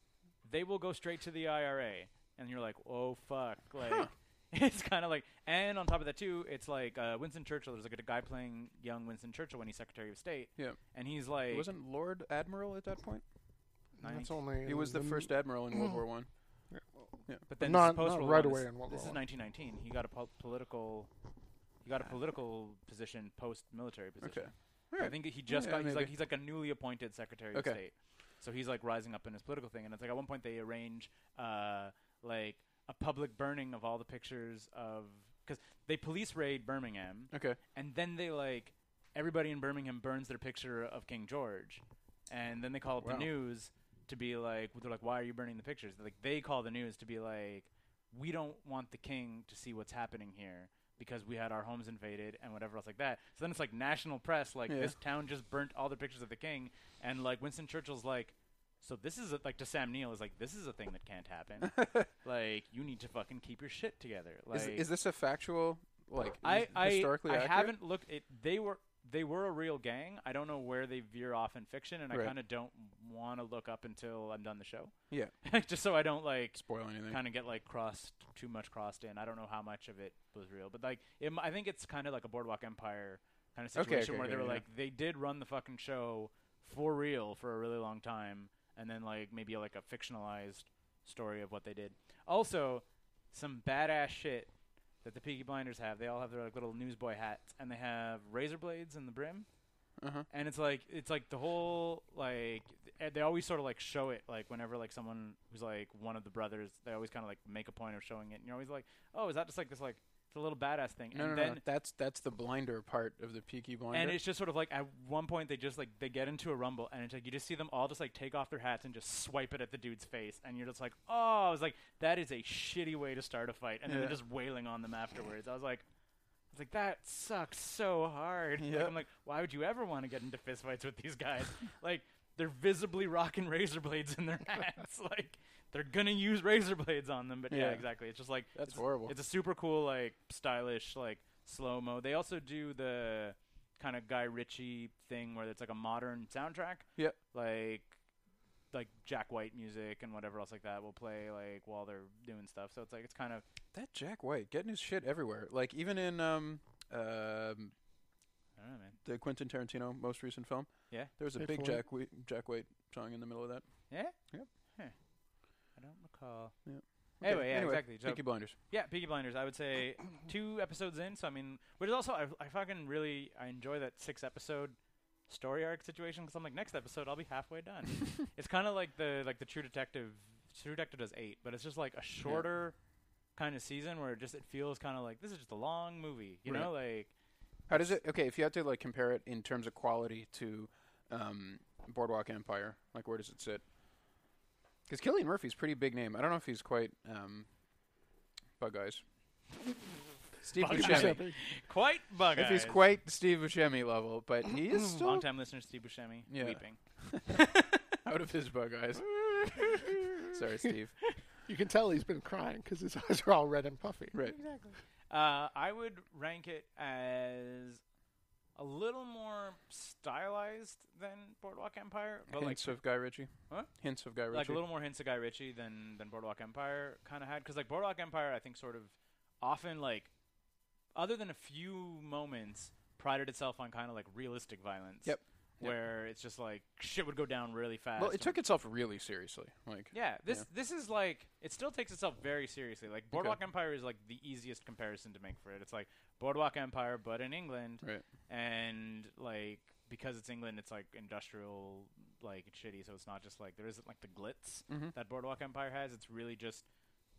C: they will go straight to the IRA. And you're like, oh fuck, like, it's kind of like, and on top of that too, it's like uh, Winston Churchill. There's like a guy playing young Winston Churchill when he's Secretary of State.
E: Yeah.
C: and he's like,
E: Wasn't Lord Admiral at that point?
D: That's
C: 19
D: only.
E: He was the first admiral in
C: Hmm.
E: World War One.
C: But then
D: not-
C: this is post
D: not
C: World
D: right
C: War
D: away
C: This,
D: in World
C: this
D: War
C: is
D: One.
C: 1919. He got a po- political, he got a political position post military position.
E: Ah. Okay.
C: I
E: Alright.
C: think he just
E: Yeah,
C: got. He's like
E: maybe.
C: he's like a newly appointed Secretary
E: Okay.
C: of State. So he's like rising up in his political thing, and it's like at one point they arrange uh, like a public burning of all the pictures of because they police raid Birmingham,
E: Okay.
C: and then they like everybody in Birmingham burns their picture of King George, and then they call up
E: Wow.
C: the news to be like they're like why are you burning the pictures? They're like they call the news to be like we don't want the king to see what's happening here because we had our homes invaded and whatever else like that. So then it's like national press like
E: Yeah.
C: this town just burnt all the pictures of the king and like Winston Churchill's like so this is a, like to Sam Neill is like this is a thing that can't happen. like you need to fucking keep your shit together. Like
E: Is, is this a factual, like,
C: I,
E: is
C: I
E: historically
C: I
E: accurate?
C: haven't looked. It they were they were a real gang. I don't know where they veer off in fiction, and
E: Right.
C: I kind of don't want to look up until I'm done the show,
E: Yeah.
C: just so I don't like
E: Spoil anything.
C: kind of get like crossed too much crossed in. I don't know how much of it was real, but like it, m- I think it's kind of like a Boardwalk Empire kind of
E: Okay,
C: situation
E: okay,
C: where they
E: okay,
C: were
E: yeah.
C: like they did run the fucking show for real for a really long time, and then like maybe like a fictionalized story of what they did. Also, some badass shit that the Peaky Blinders have. They all have their like little newsboy hats, and they have razor blades in the brim
E: Uh-huh.
C: and it's like it's like the whole like th- they always sort of like show it like whenever like someone who's like one of the brothers they always kind of like make a point of showing it and you're always like oh is that just like this like it's a little badass thing
E: No,
C: and
E: no,
C: then
E: no. That's that's the blinder part of the Peaky Blinder.
C: and it's just sort of like at one point they just like they get into a rumble and it's like you just see them all just like take off their hats and just swipe it at the dude's face and you're just like oh I was like that is a shitty way to start a fight and then
E: Yeah.
C: they're just wailing on them afterwards I was like I was like that sucks so hard Like,
E: Yep.
C: I'm like why would you ever want to get into fistfights with these guys like they're visibly rocking razor blades in their hats like they're gonna use razor blades on them but yeah,
E: Yeah.
C: exactly it's just like
E: that's
C: it's-
E: horrible.
C: it's a super cool, like stylish, like slow mo. They also do the kind of Guy Ritchie thing where it's like a modern soundtrack.
E: Yep.
C: Like like Jack White music and whatever else like that will play like while they're doing stuff. So it's like it's kind of
E: that Jack White getting his shit everywhere. Like even in um um
C: I don't know, man.
E: the Quentin Tarantino most recent film.
C: Yeah.
E: There was a
D: Hateful
E: big
D: Eight.
E: Jack Whi- Jack White song in the middle of that.
C: I don't recall.
E: Okay,
C: Anyway, yeah, exactly. So-
E: Peaky Blinders.
C: Yeah, Peaky Blinders. I would say two episodes in. So I mean, which is also I, I fucking really I enjoy that six episode story arc situation because I'm like next episode I'll be halfway done. it's kind of like the like the True Detective. True Detective does eight, but it's just like a shorter kind of season where it just it feels kind of like this is just a long movie. You know, like
E: How does it? Okay, if you had to like compare it in terms of quality to um Boardwalk Empire, like where does it sit? Because Killian Murphy's pretty big name. I don't know if he's quite um bug eyes. Steve
C: Bug
E: Buscemi.
C: Eyes. quite bug.
E: If he's quite Steve Buscemi level, but he is still
C: long time listener Steve Buscemi
E: Yeah.
C: weeping.
E: out of his bug eyes. Sorry, Steve.
D: You can tell he's been crying because his eyes are all red and puffy.
E: Right.
C: Uh, I would rank it as a little more stylized than Boardwalk Empire, but like
E: Hints of Guy Ritchie.
C: Huh?
E: Hints of Guy Ritchie.
C: like a little more hints of Guy Ritchie than than Boardwalk Empire kind of had because like Boardwalk Empire I think sort of often like other than a few moments prided itself on kind of like realistic violence.
E: Yep. Yep.
C: Where it's just like shit would go down really fast.
E: well, it
C: and-
E: took itself really seriously. Like
C: yeah, this this is like it still takes itself very seriously. Like Boardwalk Empire is like the easiest comparison to make for it. It's like Boardwalk Empire, but in England,
E: Right.
C: and like because it's England, it's like industrial, like it's shitty. So it's not just like there isn't like the glitz
E: Mhm.
C: that Boardwalk Empire has. It's really just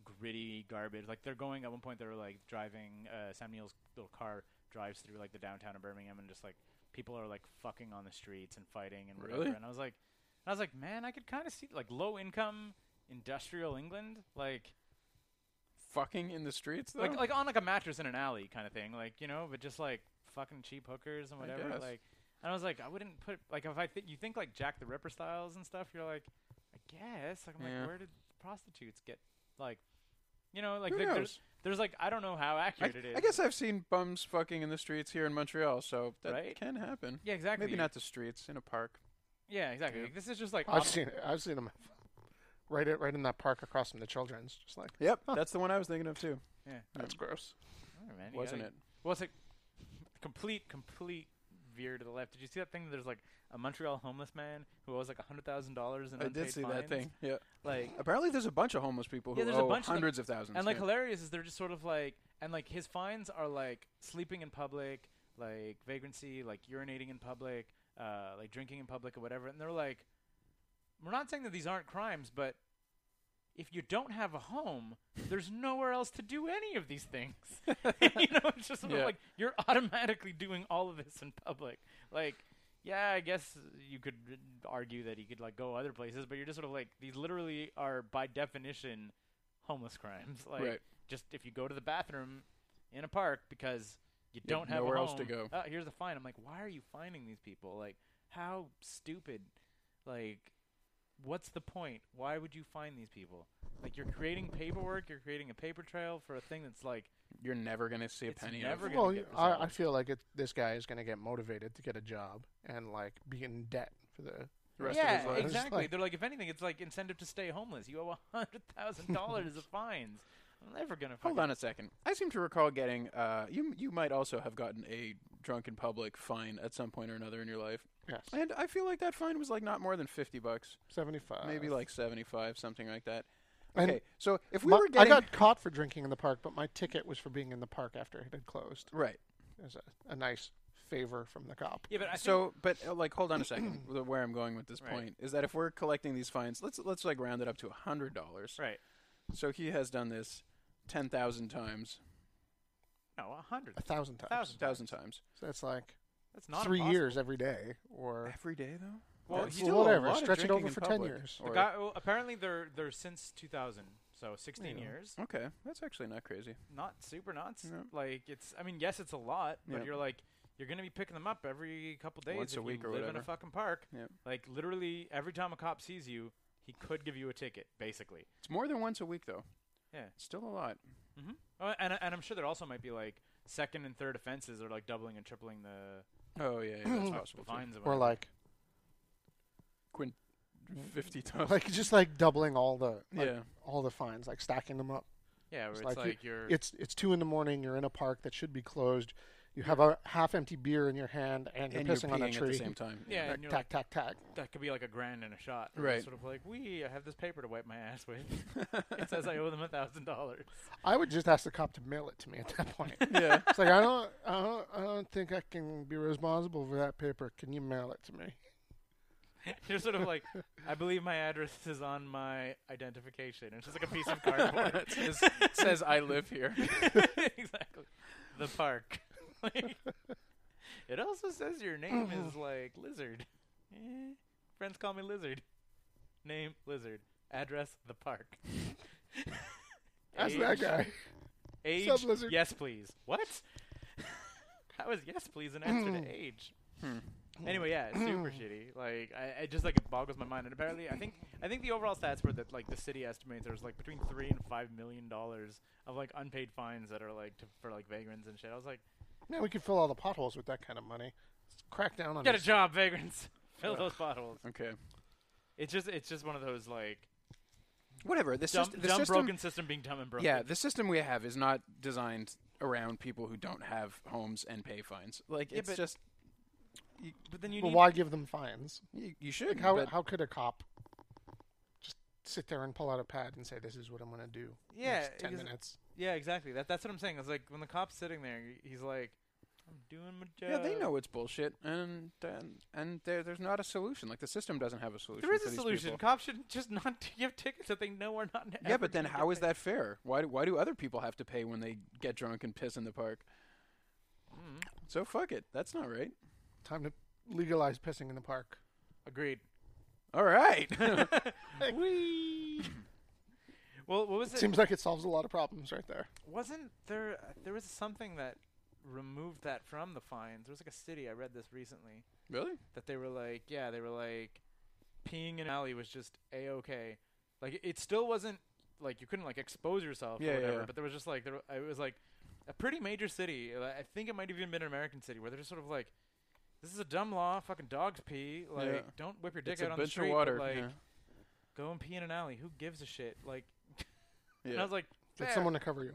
C: gritty garbage. Like they're going at one point, they were like driving uh, Sam Neill's little car drives through like the downtown of Birmingham, and just like people are like fucking on the streets and fighting and whatever.
E: Really?
C: And I was like, and I was like, man, I could kind of see like low income industrial England, like
E: fucking in the streets though.
C: like like on like a mattress in an alley kind of thing, like you know, but just like fucking cheap hookers and
E: I
C: whatever.
E: guess.
C: Like, and I was like, I wouldn't put like if I think you think like Jack the Ripper styles and stuff, you're like, I guess. Like, I'm
E: Yeah.
C: like, where did prostitutes get like, you know, like
E: Who
C: there- there's
E: knows?
C: there's like I don't know how
E: I,
C: accurate it is.
E: I guess I've seen bums fucking in the streets here in Montreal, so that
C: Right?
E: can happen.
C: yeah, exactly.
E: Maybe not the streets in a park.
C: Yeah, exactly.
E: Yeah.
C: Like, this is just like
D: I've
C: off-
D: seen it. I've seen him right, at, right in that park across from the children's. Just like,
E: Yep,
D: Huh.
E: that's the one I was thinking of too.
C: Yeah.
E: That's gross,
C: All right, man. you
E: wasn't
C: gotta-
E: it?
C: Well, it's like complete, complete veer to the left. Did you see that thing? There's like a Montreal homeless man who owes like a hundred thousand dollars in
E: I
C: unpaid
E: did see
C: fines.
E: that thing. Yeah.
C: Like,
E: Apparently, there's a bunch of homeless people who
C: Yeah, there's a
E: owe
C: bunch of them.
E: hundreds of thousands.
C: and like
E: yeah.
C: hilarious is they're just sort of like, and like his fines are like sleeping in public, like vagrancy, like urinating in public, uh, like drinking in public or whatever. And they're like, we're not saying that these aren't crimes, but if you don't have a home, there's nowhere else to do any of these things. you know, it's just sort of
E: Yeah.
C: like you're automatically doing all of this in public. Like, yeah, I guess you could argue that he could like go other places, but you're just sort of like these literally are by definition homeless crimes. Like,
E: Right.
C: just if you go to the bathroom in a park because you
E: You
C: don't
E: have
C: have
E: nowhere
C: a
E: else to
C: home,
E: go.
C: "Oh, here's the fine. I'm like, why are you finding these people? Like, how stupid. Like, what's the point? Why would you find these people? Like, you're creating paperwork. You're creating a paper trail for a thing that's like
E: you're never gonna see a
C: It's
E: penny.
C: never
E: of.
C: gonna-
D: Well,
C: get
D: I, I
C: resolved.
D: feel like it, this guy is going to get motivated to get a job and like be in debt for the rest
C: yeah,
D: of his life. It's
C: exactly.
D: like-
C: They're like, if anything, it's like incentive to stay homeless. You owe a hundred thousand dollars of fines. I'm never gonna.
E: Hold
C: fucking-
E: on a second. I seem to recall getting. Uh, you you might also have gotten a drunk in public fine at some point or another in your life,
D: yes,
E: and I feel like that fine was like not more than fifty bucks,
D: seventy-five.
E: maybe like seventy five, something like that.
D: Uh, And
E: Okay, so if we
D: my-
E: were getting
D: I got caught for drinking in the park, but my ticket was for being in the park after it had closed.
E: right,
D: As a, a nice favor from the cop.
C: Yeah, but I think
E: so but uh, like hold on a second. The- where I'm going with this
C: Right.
E: point is that if we're collecting these fines, let's let's like round it up to a hundred dollars.
C: right.
E: So he has done this ten thousand times,
C: No, a hundred.
D: A thousand times.
C: Thousand.
E: thousand times
D: So that's like
C: That's not
D: three
C: impossible.
D: years every day, or
E: every day though.
C: Well,
E: That's
C: he did
E: still a
D: whatever,
E: lot of
D: stretch it
E: drinking
D: over
E: in
D: for 10
E: public,
D: years.
E: or-
C: The guy, well, apparently they're they're since 2000, so 16
D: Yeah.
C: years.
E: Okay, that's actually not crazy.
C: Not super nuts.
E: Yeah.
C: Like it's, I mean, yes, it's a lot, but
E: Yeah.
C: you're like you're gonna be picking them up every couple days
E: Once a
C: if
E: week
C: you
E: or
C: live in
E: whatever.
C: a fucking park.
E: Yeah.
C: Like literally every time a cop sees you, he could give you a ticket, basically.
E: It's more than once a week though.
C: Yeah.
E: Still a lot.
C: Mm-hmm. Oh, and I- and I'm sure there also might be like second and third offenses are like doubling and tripling the
E: Oh yeah, yeah that's
C: uh,
E: possible. too.
C: fines.
D: or
C: whatever.
D: like
E: Fifty times.
D: like just like doubling all the like,
E: yeah.
D: all the fines, like stacking them up.
C: yeah, where
D: it's
C: it's
D: like
C: like,
D: you-
C: you're
D: It's it's two in the morning. You're in a park that should be closed. You have a half-empty beer in your hand, and you're
E: and
D: pissing
E: you're
D: on a
E: peeing
D: tree.
E: at the same time.
C: yeah,
D: Like,
C: and you're
D: tack, tack, tack.
C: like, that could be like a grand and a shot. And
E: Right.
C: Sort of like, we I have this paper to wipe my ass with. it says I owe them a thousand dollars.
D: I would just ask the cop to mail it to me at that point.
E: yeah.
D: it's like I don't, I don't, I don't think I can be responsible for that paper. Can you mail it to me?
C: You're sort of like, I believe my address is on my identification. It's just like a piece of cardboard.
E: It says, says I live here.
C: exactly. The park. Like, it also says your name is like Lizard. Eh, friends call me Lizard. Name Lizard. Address the park.
D: That's
C: age,
D: that guy.
C: Age.
D: Sup, Lizard?
C: Yes, please. What? How is yes, please an answer to age?
E: Hmm.
C: Anyway, yeah, it's super shitty. Like, I, I just like it boggles my mind. And apparently, I think I think the overall stats were that like the city estimates there's like between three and five million dollars of like unpaid fines that are like to, for like vagrants and shit. I was like,
D: Man, we could fill all the potholes with that kind of money. Let's crack down on
C: get a
D: this.
C: job, vagrants. Fill those potholes.
E: Okay.
C: It's just it's just one of those like
E: Whatever. This
C: dumb,
E: system, the
C: dumb
E: system
C: broken system being dumb and broken.
E: Yeah, the system we have is not designed around people who don't have homes and pay fines. Like
C: Yeah,
E: it's
C: but-
E: just
C: but then you
D: Well,
C: need
D: why give them fines?
E: you, you should.
D: Like, how
E: but
D: how could a cop just sit there and pull out a pad and say, "This is what I'm going to do"?
C: yeah
D: next ten
C: exa-
D: minutes.
C: yeah exactly. That that's what I'm saying. It's like when the cop's sitting there, he's like, I'm doing my
E: yeah,
C: job.
E: they know it's bullshit, and and, and there, there's not a solution. Like the system doesn't have a solution.
C: There is
E: for
C: a
E: these
C: solution.
E: people.
C: Cops shouldn't just not give tickets that they know are not.
E: Yeah, but then how is that fair? Why do, why do other people have to pay when they get drunk and piss in the park?
C: Mm-hmm.
E: So fuck it. That's not right.
D: Time to legalize pissing in the park.
C: Agreed.
E: All right.
C: Whee! well, what was it?
D: Seems like it solves a lot of problems right there.
C: Wasn't there? uh, There was something that removed that from the fines. There was like a city I read this recently
E: really?
C: that they were like, yeah, they were like, peeing in an alley was just a okay. Like it still wasn't like you couldn't like expose yourself
E: Yeah,
C: or whatever.
E: yeah.
C: But there was just like there wa- it was like a pretty major city. uh, I think it might have even been an American city where they're just sort of like. This is a dumb law. Fucking dogs pee. Like,
E: Yeah.
C: don't whip your dick
E: It's
C: out
E: a
C: on the
E: bunch
C: street.
E: of
C: but,
E: water.
C: like,
E: yeah.
C: go and pee in an alley. Who gives a shit? Like,
E: yeah.
C: and I was like,
D: Get
C: "Fair."
D: someone to cover you.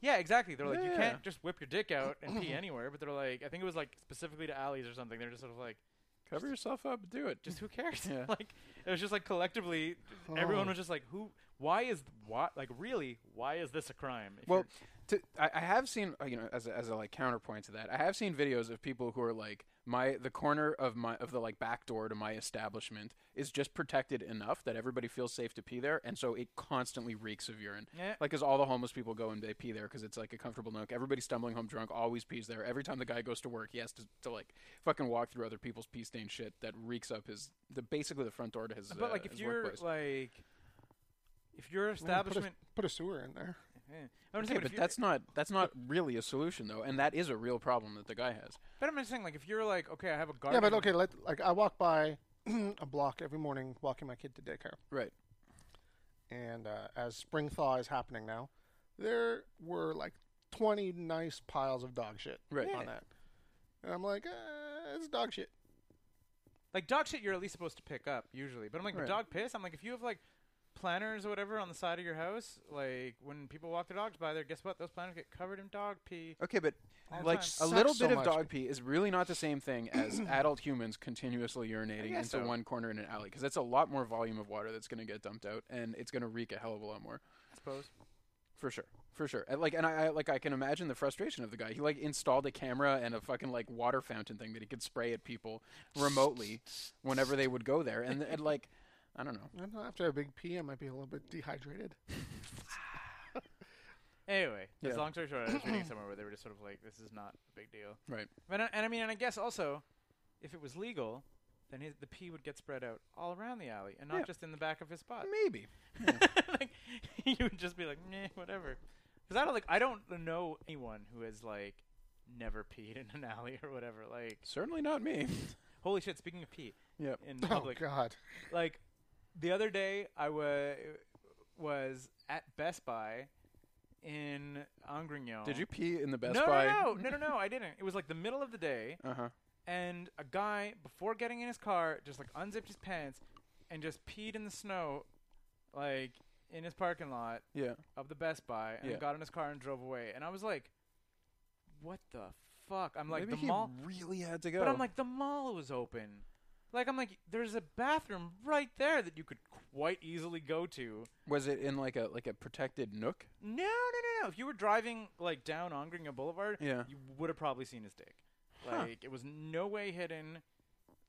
C: Yeah, exactly. They're like, you
E: Yeah.
C: can't just whip your dick out and pee anywhere. But they're like, I think it was like specifically to alleys or something. They're just sort of like,
E: Cover yourself up. Do it.
C: just who cares?
E: Yeah.
C: like it was just like collectively, everyone
D: Oh.
C: was just like, who? Why is why? Like really, why is this a crime? If
E: Well,
C: you're-
E: to, I, I have seen uh, you know as a, as a like counterpoint to that, I have seen videos of people who are like my the corner of my of the like back door to my establishment is just protected enough that everybody feels safe to pee there, and so it constantly reeks of urine.
C: Yeah.
E: Like, because all the homeless people go and they pee there because it's like a comfortable nook. Everybody stumbling home drunk always pees there. Every time the guy goes to work, he has to, to like fucking walk through other people's pee stained shit that reeks up his the basically the front door to his.
C: but
E: uh,
C: like if
E: his
C: you're
E: workplace.
C: like, if your establishment,
D: Put a sewer in there.
C: Eh. I'm just
E: Okay,
C: saying, if
E: but
C: you're-
E: that's not that's not really a solution though, and that is a real problem that the guy has.
C: But I'm just saying, like, if you're like, okay, I have a garden.
D: Yeah, but okay, let, like I walk by a block every morning walking my kid to daycare.
E: Right.
D: And uh, as spring thaw is happening now, there were like 20 nice piles of dog shit
E: Right.
D: on that. And I'm like, uh, it's dog shit.
C: like dog shit you're at least supposed to pick up usually. But I'm like but
E: Right.
C: dog piss. I'm like if you have like planters or whatever on the side of your house, like when people walk their dogs by there, guess what? Those planters get covered in dog pee.
E: Okay, but
C: All the
E: like
C: time.
E: a
D: Sucks
E: little
D: so
E: bit of
D: much.
E: dog pee is really not the same thing as adult humans continuously urinating into
C: guess so.
E: one corner in an alley because that's a lot more volume of water that's going to get dumped out and it's going to reek a hell of a lot more.
C: I suppose.
E: For sure, for sure. And like, and I, I like, I can imagine the frustration of the guy. He like installed a camera and a fucking like water fountain thing that he could spray at people remotely whenever they would go there. And, and like, I don't know.
D: I don't know, after a big pee, I might be a little bit dehydrated.
C: Anyway,
E: Yeah.
C: as long story short, I was reading somewhere where they were just sort of like, this is not a big deal.
E: Right.
C: But I, and I mean, and I guess also, if it was legal, then his, the pee would get spread out all around the alley and not
E: Yeah.
C: just in the back of his spot.
E: Maybe.
C: like you would just be like, meh, whatever. Because I don't like I don't know anyone who has like never peed in an alley or whatever. Like
E: Certainly not me.
C: holy shit. Speaking of pee
E: Yep.
C: in
D: Oh,
C: public,
D: God.
C: like the other day I wa- was at Best Buy in Angrignon.
E: Did you pee in the Best
C: no,
E: Buy?
C: no, no, no, no, no. I didn't. It was like the middle of the day
E: Uh huh.
C: and a guy before getting in his car just like unzipped his pants and just peed in the snow like in his parking lot
E: Yeah.
C: of the Best Buy and
E: Yeah.
C: got in his car and drove away and I was like what the fuck I'm like
E: Maybe
C: the
E: he
C: mall
E: really had to go.
C: but I'm like the mall was open like I'm like there's a bathroom right there that you could quite easily go to
E: was it in like a like a protected nook?
C: no no no no if you were driving like down Ongringa Boulevard
E: Yeah.
C: you would have probably seen his dick. Like
E: Huh.
C: it was no way hidden,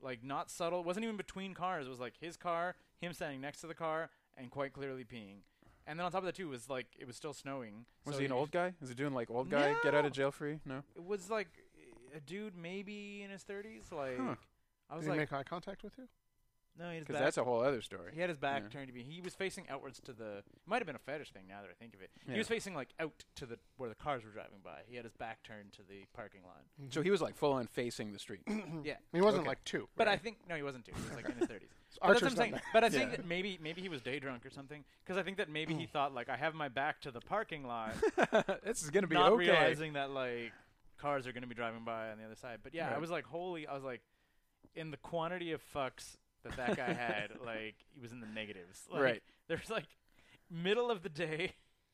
C: like not subtle. It wasn't even between cars. It was like his car, him standing next to the car, and quite clearly peeing. And then on top of that too it was like it was still snowing.
E: Was
C: so
E: he an
C: you-
E: old guy? Is he doing like old guy get out
C: No.
E: of jail free? No.
C: It was like a dude maybe in his thirties. Like I was
D: Did he
C: like,
D: make eye contact with you?
C: no, he had his
E: Because
C: back.
E: that's a whole other story.
C: he had his back
E: yeah.
C: turned to me. He was facing outwards to the. It might have been a fetish thing now that I think of it.
E: Yeah.
C: He was facing like out to the where the cars were driving by. He had his back turned to the parking lot.
E: So he was like full on facing the street.
C: yeah,
D: He wasn't
E: Okay.
D: like two.
C: But I
D: right?
C: think no, he wasn't too. He was like in his thirties. But that's
D: Archer's
C: what I'm
D: not
C: saying.
D: there.
C: But I think
E: Yeah.
C: that maybe maybe he was day drunk or something. Because I think that maybe he thought like I have my back to the parking lot,
E: this is gonna be
C: not
E: okay.
C: realizing that like cars are going to be driving by on the other side. But yeah, I
E: Right.
C: was like, holy! I was like, in the quantity of fucks that that guy had, like he was in the negatives. Like,
E: Right.
C: There's like middle of the day,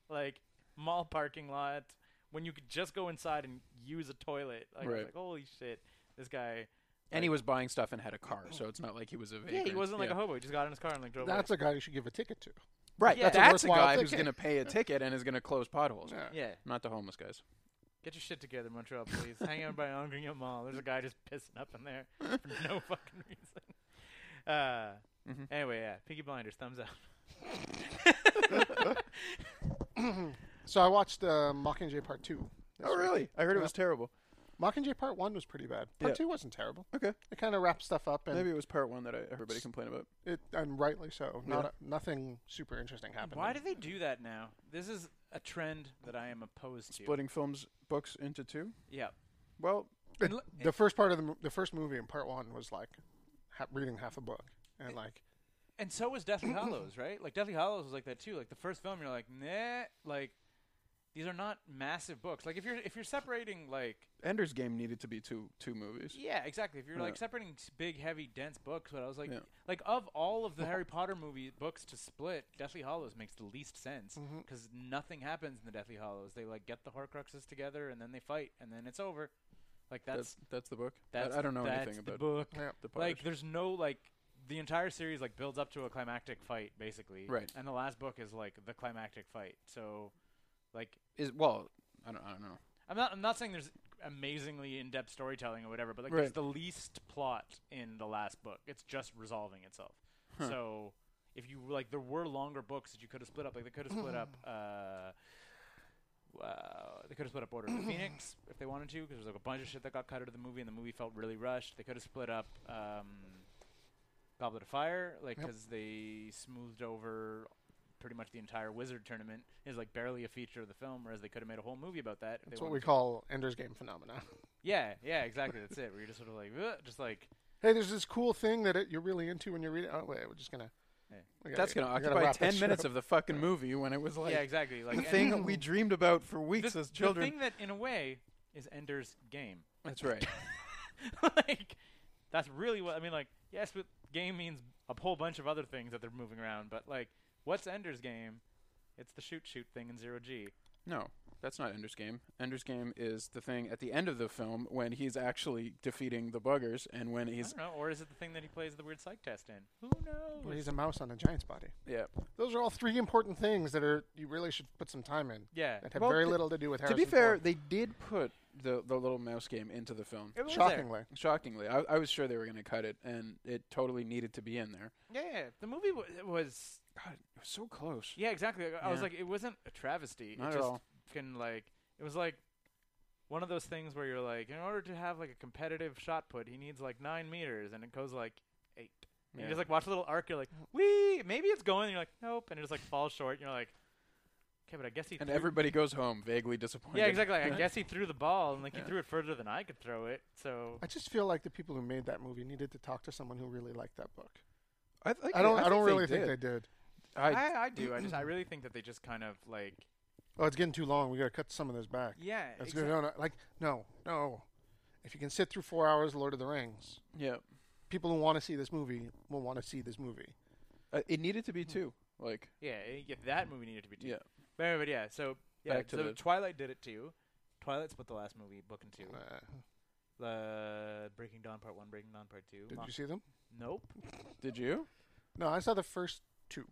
C: like mall parking lot when you could just go inside and use a toilet. Like, I was
E: Right.
C: like holy shit, this guy.
E: And he was buying stuff and had a car, so it's not like he was a
C: Yeah, he
E: vagrant.
C: wasn't like
E: Yeah.
C: a hobo. He just got in his car and like drove away.
D: That's a guy you should give a ticket to.
E: right.
C: Yeah.
E: That's,
D: That's a
E: a
D: worthwhile
E: guy who's
D: ticket.
E: gonna pay a ticket and is gonna close potholes.
D: Yeah.
C: Yeah.
E: Not the homeless guys.
C: Get your shit together, Montreal police. Hang out by Angria Mall. There's a guy just pissing up in there for no fucking reason. Uh,
E: Mhm.
C: Anyway, yeah. Piggy Blinders, thumbs up.
D: So I watched uh, Mockingjay Part 2. this
E: Oh
D: week.
E: really? I heard it
D: Yeah.
E: was terrible.
D: Mockingjay Part 1 was pretty bad. Part
E: Yeah.
D: 2 wasn't terrible.
E: Okay.
D: It kind of wraps stuff up and
E: Maybe it was part one that I, everybody complained about.
D: It, and rightly so. Not a, nothing super interesting happened.
C: Why do they do that now? This is a trend that I am opposed to.
E: Splitting films books into two.
C: Yeah.
E: Well,
D: It-
C: Unle-
D: the first part of the mo- the first movie in part one was like ha- reading half a book and like
C: And so was Deathly Hollows, right? Like Deathly Hollows was like that too. Like the first film, you're like, nah. Like These are not massive books. Like if you're if you're separating like
E: Ender's Game needed to be two two movies.
C: yeah, exactly. If you're like
E: Yeah.
C: separating s- big, heavy, dense books, but I was like,
E: Yeah.
C: like of all of the Harry Potter movie books to split, Deathly Hollows makes the least sense
E: Mm-hmm.
C: because nothing happens in the Deathly Hollows. They like get the Horcruxes together and then they fight and then it's over. Like that's
E: That's that's the book. I-
C: that's
E: I don't know
C: that's
E: anything
C: the
E: about
C: book.
D: Yeah.
E: the
C: Like
E: publisher.
C: there's no like the entire series like builds up to a climactic fight basically,
E: Right.
C: And the last book is like the climactic fight. So, like
E: is well, I don't I don't know.
C: I'm not. I'm not saying there's amazingly in-depth storytelling or whatever, but like there's
E: Right.
C: the least plot in the last book. It's just resolving itself.
E: Huh.
C: So if you like, there were longer books that you could have split up. Like they could have split up. Uh, Wow. They could have split up Order of the Phoenix if they wanted to, because there's like a bunch of shit that got cut out of the movie, and the movie felt really rushed. They could have split up um, Goblet of Fire, like
D: Yep.
C: because they smoothed over pretty much the entire Wizard tournament. Is like barely a feature of the film, whereas they could have made a whole movie about that. If
D: That's
C: they
D: what
C: wanted
D: we
C: to.
D: call Ender's Game phenomena.
C: Yeah, yeah, exactly. That's it. Where you're just sort of like, "Ugh," just like
D: Hey, there's this cool thing that it, you're really into when you read it. Oh wait, we're just gonna.
C: Hey.
D: we gotta-
E: That's gonna
D: we gotta
E: occupy
D: wrap
E: ten
D: this
E: minutes
D: up.
E: of the fucking movie when it was like
C: yeah, exactly. Like
E: the
C: and
E: thing we dreamed about for weeks
C: the,
E: as
C: the
E: children.
C: thing that, in a way, is Ender's Game.
E: That's right.
C: like, that's really what I mean. Like, yes, but game means a whole bunch of other things that they're moving around. But like, what's Ender's Game? It's the shoot shoot thing in zero G.
E: No, that's not Ender's Game. Ender's Game is the thing at the end of the film when he's actually defeating the buggers and when
C: I
E: he's
C: don't know, or is it the thing that he plays the weird psych test in? Who
D: Well,
C: knows?
D: Oh, he's a mouse on a giant's body.
E: yeah.
D: Those are all three important things that are you really should put some time in.
C: Yeah.
D: That have
E: Well,
D: very
E: to-
D: little to do with
E: To
D: Harrison.
E: be fair,
D: Ford.
E: they did put the the little mouse game into the film.
C: It was there.
D: shockingly,
E: Shockingly, I, I was sure they were going to cut it, and it totally needed to be in there.
C: Yeah, the movie wa was
E: God, it was so close.
C: Yeah, exactly. Like, I was
E: Yeah.
C: like, it wasn't a travesty.
E: Not
C: it
E: at
C: just
E: all.
C: fucking, like it was like one of those things where you're like, in order to have like a competitive shot put, he needs like nine meters, and it goes like eight. And
E: Yeah.
C: you just like watch a little arc. You're like, wee, maybe it's going. And you're like, nope, and it just like falls short. And you're like, okay, but I guess he.
E: and
C: threw-
E: everybody goes home vaguely disappointed.
C: Yeah, exactly. Like, I guess he threw the ball, and like
E: Yeah.
C: he threw it further than I could throw it. So
D: I just feel like the people who made that movie needed to talk to someone who really liked that book.
E: I, think
D: I don't.
E: they-
D: I, don't really think
E: did.
D: they did.
E: I,
C: I, I do. I just I really think that they just kind of like
D: Oh, it's getting too long. We gotta cut some of this back.
C: yeah.
D: That's good. No, no, like no, no. If you can sit through four hours, Lord of the Rings,
E: yeah,
D: people who want to see this movie will want to see this movie.
E: uh, it needed to be too. Like,
C: Yeah, eh, yeah, that movie needed to be. Too.
E: yeah,
C: But anyway, yeah. So yeah,
E: Back to
C: so
E: the-
C: Twilight did it too. Twilight split the last movie book in two.
D: Uh,
C: Uh, Breaking Dawn Part One, Breaking Dawn Part Two.
D: did
C: Mon-
D: you see them?
C: Nope.
E: did you?
D: No, I saw the first two.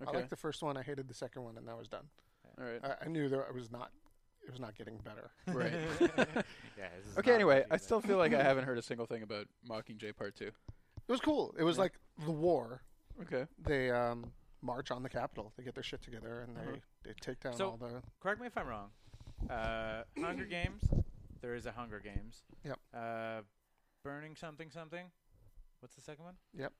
E: Okay,
D: I liked the first one. I hated the second one, and that was done.
E: all right,
D: I, I knew that it was not. It was not getting better.
E: right.
C: yeah. This is
E: Okay,
C: not
E: anyway,
C: Breaking
E: I
C: Dawn.
E: still feel like I haven't heard a single thing about Mockingjay Part Two.
D: It was cool. It was
E: Yeah.
D: like the war.
E: Okay,
D: They um, march on the capital. They get their shit together and they,
E: Uh-huh.
D: they take down
C: Mm-hmm. So-
D: all the.
C: correct me if I'm wrong. Uh, Hunger Games. There is a Hunger Games.
D: Yep.
C: Uh, burning something something. What's the second one?
D: Yep.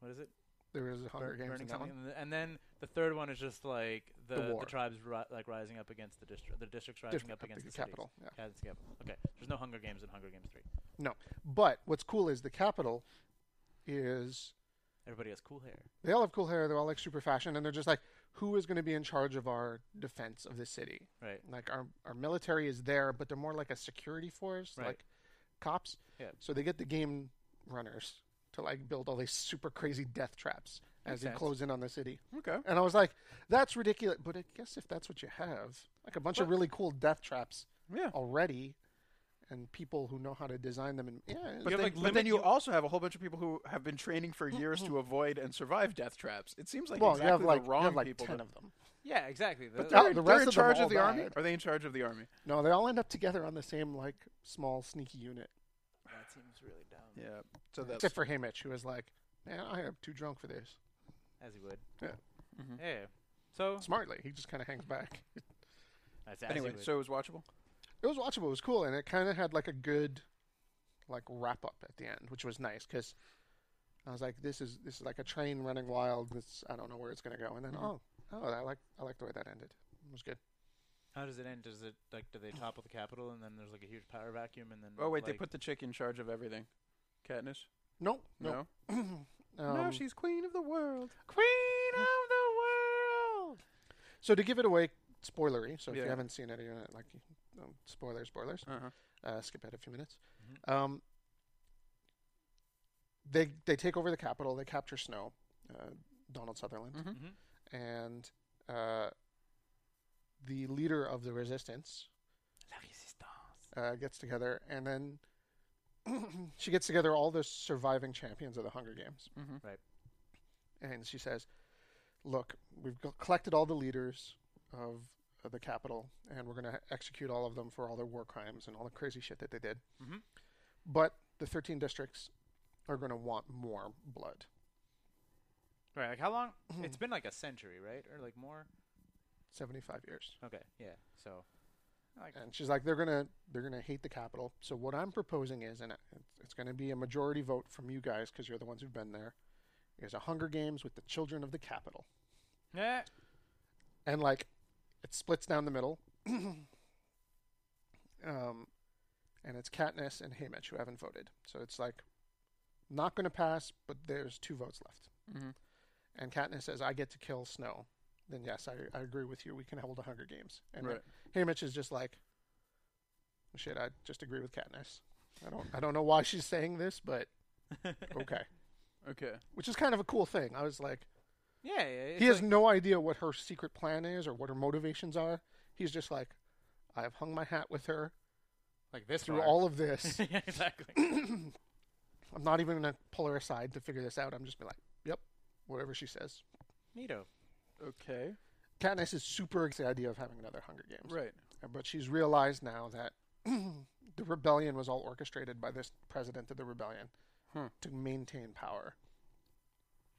C: What is it?
D: There is a Hunger
C: Bur-
D: Games in
C: burning
D: that
C: something,
D: one.
C: and th- and then the third one is just like the, the,
D: war.
C: tribes ri- like rising up against the district. The districts rising
D: Different-
C: up against the,
D: the capital. Yeah.
C: Cities. Against the capital. Okay. There's no Hunger Games in Hunger Games three.
D: But what's cool is the capital is
C: Everybody has cool hair.
D: they all have cool hair. They're all like super fashion, and they're just like, who is going to be in charge of our defense of the city?
C: Right.
D: Like our our military is there, but they're more like a security force,
C: Right.
D: like cops.
C: Yeah.
D: So they get the game runners to like build all these super crazy death traps as
C: Makes
D: they
C: sense.
D: close in on the city.
E: okay.
D: And I was like, that's ridiculous. But I guess if that's what you have, like a bunch of
E: But-
D: really cool death traps
E: Yeah.
D: already, and people who know how to design them, and yeah,
E: But,
C: You have,
E: then,
C: like,
E: but then
C: limit-
E: you
C: you-
E: also have a whole bunch of people who have been training for years to avoid and survive death traps. It seems like
D: well,
E: exactly
D: you have like
E: the wrong
D: you have like
E: people.
D: ten
E: to-
D: of them.
C: Yeah, exactly.
D: But
C: The-
D: that-
E: they're,
D: the
E: they're
D: rest
E: in
D: of them
E: charge
D: all
E: of the army.
D: died.
E: Are they in charge of the army?
D: No, they all end up together on the same like small sneaky unit,
C: that seems really dumb.
E: Yeah. So that's
D: except for Haymitch, who was like, man, I am too drunk for this.
C: As he would.
D: Yeah.
E: Mhm.
C: Yeah. So
D: Smartly, he just kind of hangs back.
C: that's as he
E: anyway.
C: would.
E: So it was watchable.
D: Mm, It was watchable. It was cool, and it kind of had like a good, like wrap up at the end, which was nice because I was like, "This is this is like a train running wild. This I don't know where it's gonna go." And then
E: Mhm.
D: oh, oh, I like I like the way that ended. It was good.
C: how does it end? Does it like do they topple the capital and then there's like a huge power vacuum and then
E: Oh wait, they
C: like-
E: put the chick in charge of everything. Katniss.
D: No, no.
E: No.
D: Um,
E: now she's queen of the world.
C: Queen of the World.
D: so to give it away spoilery. So if
E: Yeah.
D: you haven't seen it, you're not like um, spoilers, spoilers.
E: Uh-huh.
D: Uh, skip ahead a few minutes.
E: Mm-hmm.
D: Um, they they take over the capital. They capture Snow, uh, Donald Sutherland,
E: Mhm.
B: Mhm.
C: Mm-hmm.
D: and uh, the leader of the resistance uh, gets together, and then she gets together all the surviving champions of the Hunger Games.
E: Mhm.
C: Right.
D: And she says, "Look, we've co- collected all the leaders of, of the capital, and we're going to execute all of them for all their war crimes and all the crazy shit that they did.
C: Mhm.
D: But the thirteen districts are going to want more blood.
C: Right. Like how long? it's been like a century, right, or like more.
D: Seventy-five years."
C: Okay. Yeah. So. Like,
D: And she's like, "They're gonna, they're gonna hate the capital. So what I'm proposing is, and it's- it's going to be a majority vote from you guys because you're the ones who've been there, is a Hunger Games with the children of the capital."
C: yeah.
D: and like it splits down the middle. um, and it's Katniss and Haymitch who haven't voted, so it's like not going to pass. But there's two votes left,
E: Mhm.
D: and Katniss says, "I get to kill Snow." Then yes, I, I agree with you. We can hold a Hunger Games, and
E: Right.
D: Haymitch is just like, "Shit, I just agree with Katniss." I don't I don't know why she's saying this, but okay,
E: Okay.
D: which is kind of a cool thing. I was like.
C: Yeah. yeah it's
D: he has
C: like-
D: no idea what her secret plan is or what her motivations are. He's just like, I have hung my hat with her
C: like this
D: through
C: far.
D: all of this.
C: yeah, exactly.
D: I'm not even gonna pull her aside to figure this out. I'm just be like, Yep, whatever she says.
C: Neato.
E: Okay.
D: Katniss is super against the idea of having another Hunger Games,
E: Right.
D: but she's realized now that the rebellion was all orchestrated by this president of the rebellion
E: Hmm.
D: to maintain power.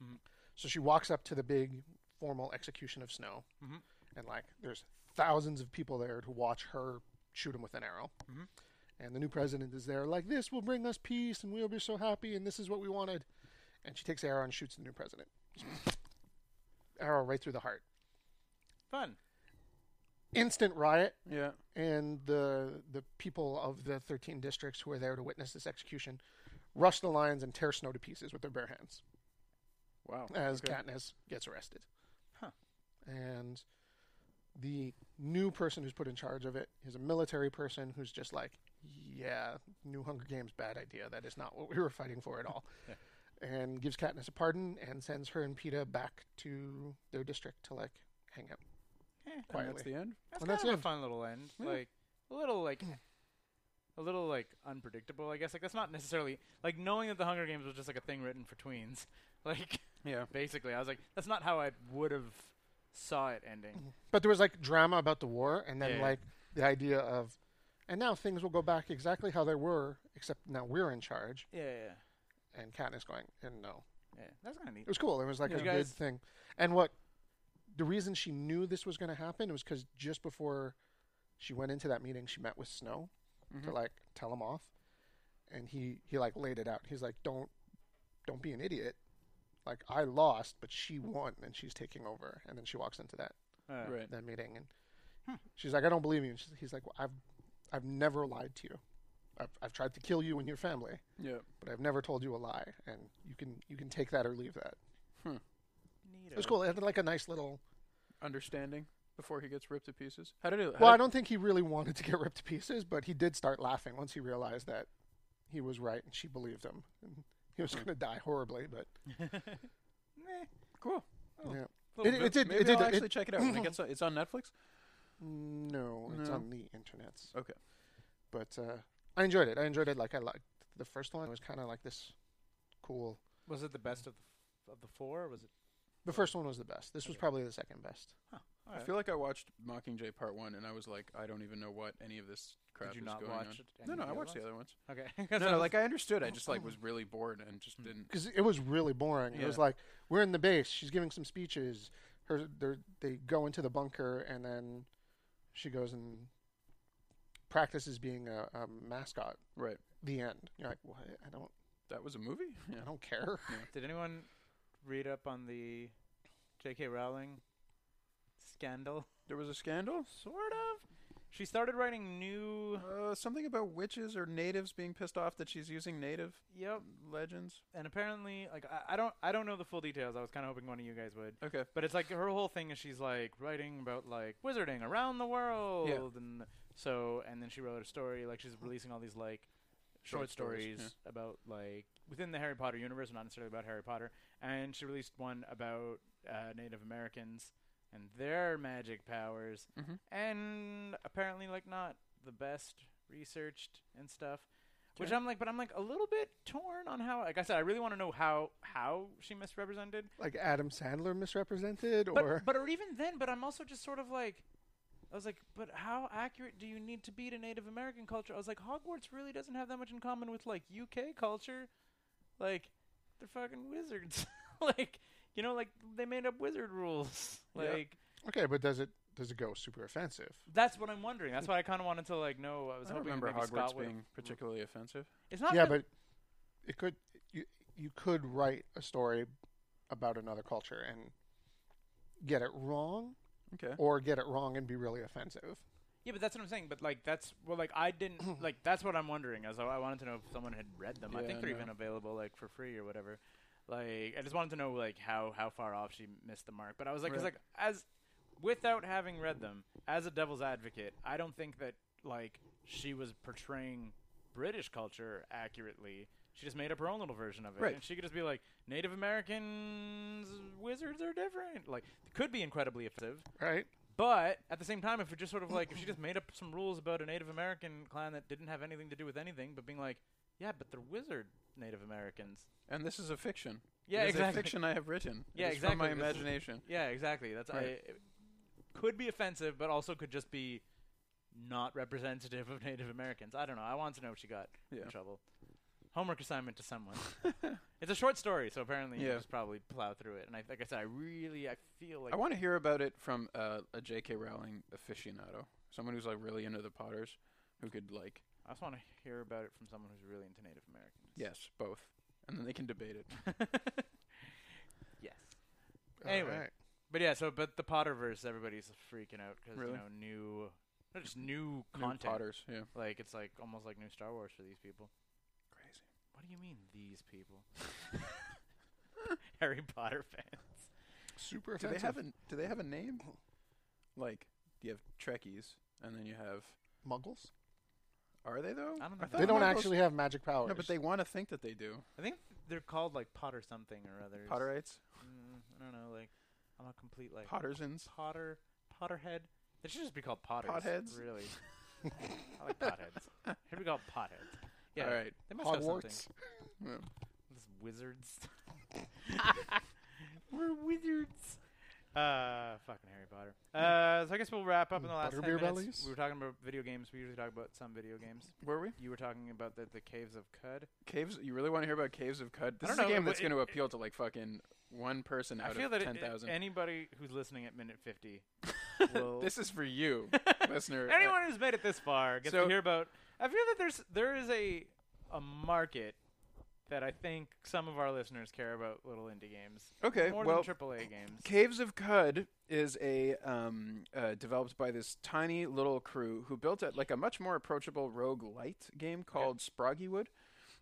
C: Mhm.
D: So she walks up to the big formal execution of Snow.
C: Mhm.
D: and like there's thousands of people there to watch her shoot him with an arrow.
C: Mhm.
D: And the new president is there, like this will bring us peace, and we'll be so happy, and this is what we wanted. And she takes the arrow and shoots the new president. arrow right through the heart.
C: Fun.
D: Instant riot,
E: Yeah.
D: and the the people of the 13 districts who are there to witness this execution rush the lines and tear Snow to pieces with their bare hands
E: Wow.
D: as
E: okay.
D: Katniss gets arrested.
C: Huh.
D: And the new person who's put in charge of it is a military person who's just like, yeah, new Hunger Games, bad idea. That is not what we were fighting for at all.
C: Yeah.
D: And gives Katniss a pardon and sends her and PETA back to their district to like hang out.
C: Yeah.
E: And that's
D: quietly.
E: the end.
C: That's
D: Well,
C: kind
D: that's
C: of a
D: it.
C: fun little end.
E: Yeah. Hmm.
C: Like a little like a little like unpredictable, I guess. Like that's not necessarily like knowing that the Hunger Games was just like a thing written for tweens. Like
E: Yeah.
C: basically, I was like, that's not how I would have saw it
E: Mm-hmm.
C: ending.
D: But there was like drama about the war, and then
C: Yeah.
D: like the idea of, and now things will go back exactly how they were, except now we're in charge.
C: Yeah, yeah, yeah.
D: And Katniss going, and no,
C: yeah. That's kind of neat.
D: It was cool. It was like
C: Yeah.
D: a
C: You
D: good
C: guys-
D: thing. And what the reason she knew this was going to happen was because just before she went into that meeting, she met with Snow
C: Mm-hmm.
D: to like tell him off, and he he like laid it out. He's like, "Don't don't be an idiot. Like I lost, but she won, and she's taking over." And then she walks into that
C: Uh,
E: Right.
D: that meeting, and she's like, "I don't believe you." And she's, he's like, well, "I've I've never lied to you. I've I've tried to kill you and your family."
E: Yeah.
D: But I've never told you a lie, and you can you can take that or leave that. It was
C: Neato.
D: cool. It had like a nice little
E: Understanding before he gets ripped to pieces. How did it? how
D: Well, I
E: did-
D: don't think he really wanted to get ripped to pieces, but he did start laughing once he realized that he was right and she believed him. And he was going to die horribly, but
C: Meh.
E: Cool.
D: yeah.
C: Little
D: It-
C: bit.
D: it did-
E: Maybe I'll
D: did-
E: actually check it out when it gets. On, it's on Netflix.
D: No, it's
E: No.
D: on the internet.
E: Okay.
D: But uh, I enjoyed it. I enjoyed it. Like I liked the first one. It was kind of like this cool.
C: Was it the best of the, f- of the four? Or was it?
D: The first one was the best. This was
C: Okay.
D: probably the second best.
E: I
C: Alright.
E: feel like I watched Mockingjay Part One, and I was like, I don't even know what any of this crap
C: Did you
E: is
C: not
E: going
C: watch
E: on.
C: it?
E: No,
C: any
E: no,
C: of
E: I watched the
C: ones?
E: other ones.
C: Okay. 'Cause I
E: No, no, Oh. Hmm.
C: was-
E: like I understood. I just like was really bored and just didn't.
D: because it was really boring. It was
E: Yeah.
D: like we're in the base. She's giving some speeches. Her they're- they go into the bunker and then she goes and practices being a, a mascot.
E: Right.
D: The end. You're like, what? I don't.
E: That was a movie. Yeah.
D: I don't care.
C: Did anyone read up on the J.K. Rowling scandal?
E: There was a scandal.
C: Sort of. She started writing new.
E: Uh, something about witches or natives being pissed off that she's using native
C: Yep.
E: legends.
C: And apparently, like I, I don't, I don't know the full details. I was kind of hoping one of you guys would.
E: Okay.
C: But it's like her whole thing is she's like writing about like wizarding around the world, and so and then she wrote a story like she's releasing all these like short,
E: Short stories,
C: stories, about like within the Harry Potter universe, not necessarily about Harry Potter. And she released one about uh, Native Americans and their magic powers,
E: Mhm.
C: and apparently like not the best researched and stuff. Which
E: Okay.
C: I'm like, but I'm like a little bit torn on how. Like I said, I really want to know how how she misrepresented
D: Like Adam Sandler misrepresented,
C: but,
D: or
C: but or even then, but I'm also just sort of like, I was like, but how accurate do you need to be to Native American culture? I was like, Hogwarts really doesn't have that much in common with like UK culture, like they're fucking wizards, like you know, like they made up wizard rules,
E: Yeah.
C: like.
D: okay, but does it does it go super offensive?
C: That's what I'm wondering. That's why I kind of wanted to like know. I was
E: I don't
C: hoping
E: remember
C: maybe
E: Hogwarts
C: Scott would-
E: being particularly offensive.
C: It's not.
D: yeah,
C: that-
D: but it could you you could write a story about another culture and get it wrong,
E: Okay.
D: or get it wrong and be really offensive.
C: yeah, but that's what I'm saying. But like that's well, like I didn't like. That's what I'm wondering. As I I wanted to know if someone had read them. I
E: Yeah,
C: think they're
E: no.
C: even available like for free or whatever. Like I just wanted to know like how how far off she missed the mark. But I was like, 'cause,
E: Right.
C: like as without having read them as a devil's advocate, I don't think that like she was portraying British culture accurately. She just made up her own little version of it,
E: Right.
C: and she could just be like, "Native Americans wizards are different." Like, could be incredibly offensive.
D: Right?
C: But at the same time, if it just sort of like if she just made up some rules about a Native American clan that didn't have anything to do with anything, but being like, yeah, but they're wizard Native Americans.
E: And this is a fiction.
C: Yeah,
E: it is
C: exactly.
E: a fiction I have written.
C: Yeah,
E: it is From
C: exactly.
E: my
C: This is-
E: imagination.
C: Yeah, exactly. That's I,
E: Right.
C: it could be offensive, but also could just be not representative of Native Americans. I don't know. I want to know if she got
E: Yeah.
C: in trouble. Homework assignment to someone. it's a short story, so apparently you
E: Yeah.
C: can just probably plow through it. And I, like I said, I really I feel like
E: I want to hear about it from uh, a J.K. Rowling aficionado, someone who's like really into the Potters, who could like
C: I just want to hear about it from someone who's really into Native Americans.
E: yes both, and then they can debate it.
C: yes. Anyway.
D: Alright.
C: But yeah, so but the Potterverse, everybody's freaking out because
E: Really?
C: you know new, no, just new
E: New
C: content.
E: Potters, yeah,
C: Like it's like almost like new Star Wars for these people.
E: crazy.
C: What do you mean these people? Harry Potter fans.
D: super
E: Do
D: offensive.
E: they have a Do they have a name? Like you have Trekkies, and then you have
D: Muggles?
E: are they though?
C: I don't
E: I
C: think
E: thought
D: They don't
E: Muggles-
D: actually have magic powers.
E: No, but they want to think that they do.
C: I think they're called like Potter something or other.
E: Potterites,
C: Mm, I don't know. Like I'm a complete like
E: Pottersons.
C: Potter Potterhead. They should just be called Potters.
E: Potheads?
C: Really. I like potheads. Should be called potheads. Yeah.
E: All right.
C: They must have something.
D: Hogwarts.
E: Yeah.
C: Those wizards. We're wizards. Uh, fucking Harry Potter. Uh, so I guess we'll wrap up in the last 10
D: Butterbeer
C: minutes.
D: bellies?
C: We were talking about video games. We usually talk about some video games.
E: Were we
C: You were talking about the, the caves of Cud.
E: caves? You really want to hear about caves of Cud? This
C: don't
E: is a
C: know,
E: game
C: but
E: that's
C: it-
E: going to appeal to like fucking one person out
C: I feel
E: of
C: that it-
E: ten thousand.
C: anybody who's listening at minute fifty will.
E: this is for you, listener. Uh,
C: Anyone who's made it this far gets
E: So-
C: to hear about. I feel that there's there is a a market that I think some of our listeners care about little indie games
E: okay,
C: more
E: well,
C: than AAA games.
E: Caves of Cud is a um, uh, developed by this tiny little crew who built it like a much more approachable rogue light game called Sproggywood.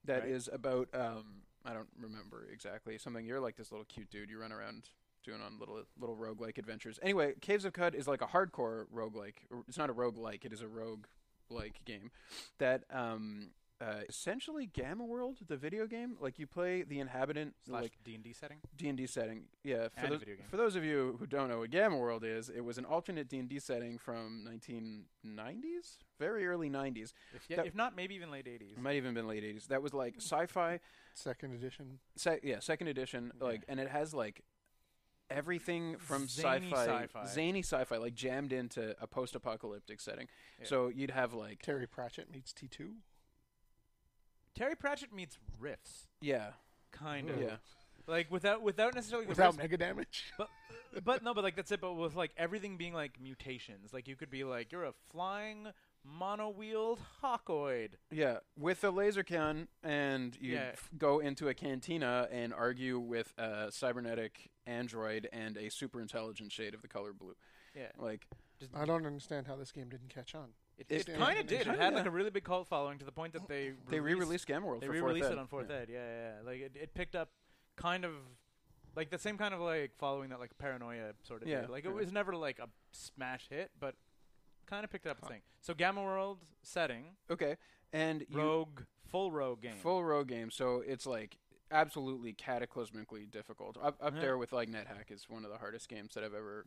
E: That
C: Right.
E: is about um, I don't remember exactly something. You're like this little cute dude. You run around doing on little little roguelike adventures. Anyway, Caves of Cud is like a hardcore roguelike. or It's not a roguelike. It is a rogue like game that um, uh, essentially Gamma World, the video game. Like you play the inhabitant
C: slash
E: like
C: D and D setting.
E: D and D setting. Yeah, for
C: And a
E: those,
C: video game.
E: for those of you who don't know what Gamma World is, it was an alternate D and D setting from 1990s, very early 90s.
C: If, yeah,
E: That-
C: if not, maybe even late eighties.
E: It might even been late 80s. That was like sci-fi,
D: Second edition.
E: se- yeah, second edition. Like, and it has like everything from
C: Zany
E: sci-fi,
C: sci-fi.
E: zany sci-fi, like jammed into a post-apocalyptic setting. So you'd have like,
D: Terry Pratchett meets T2.
C: Terry Pratchett meets riffs,
E: yeah,
C: kind of.
E: yeah,
C: Like without without necessarily the
D: Without
C: riffs,
D: mega damage.
C: but but no, but like that's it. But with like everything being like mutations, like you could be like you're a flying mono-wheeled hawkoid.
E: yeah, with a laser gun, and you
C: Yeah.
E: would f- go into a cantina and argue with a cybernetic android and a super intelligent shade of the color blue.
C: Yeah,
E: Like
C: Just
D: I don't understand how this game didn't catch on.
C: It,
E: It-
D: it
C: kind
D: kinda
C: of did. It
E: did.
C: had like a really big cult following to the point that they
E: They re-released Gamworld
C: They
E: for
C: re-released
E: 4th
C: it on Fourth
E: yeah.
C: Ed. Yeah, yeah, yeah. Like it, it picked up kind of like the same kind of like following that like paranoia sort of
E: Yeah,
C: did. Like it
E: kinda.
C: was never like a smash hit, but kind of picked up
D: Huh.
C: its thing. So Gamma World setting,
E: Okay, and you
C: rogue, full rogue game.
E: full row game, so it's like absolutely cataclysmically difficult. Up up
C: Yeah.
E: there with like NetHack is one of the hardest games that I've ever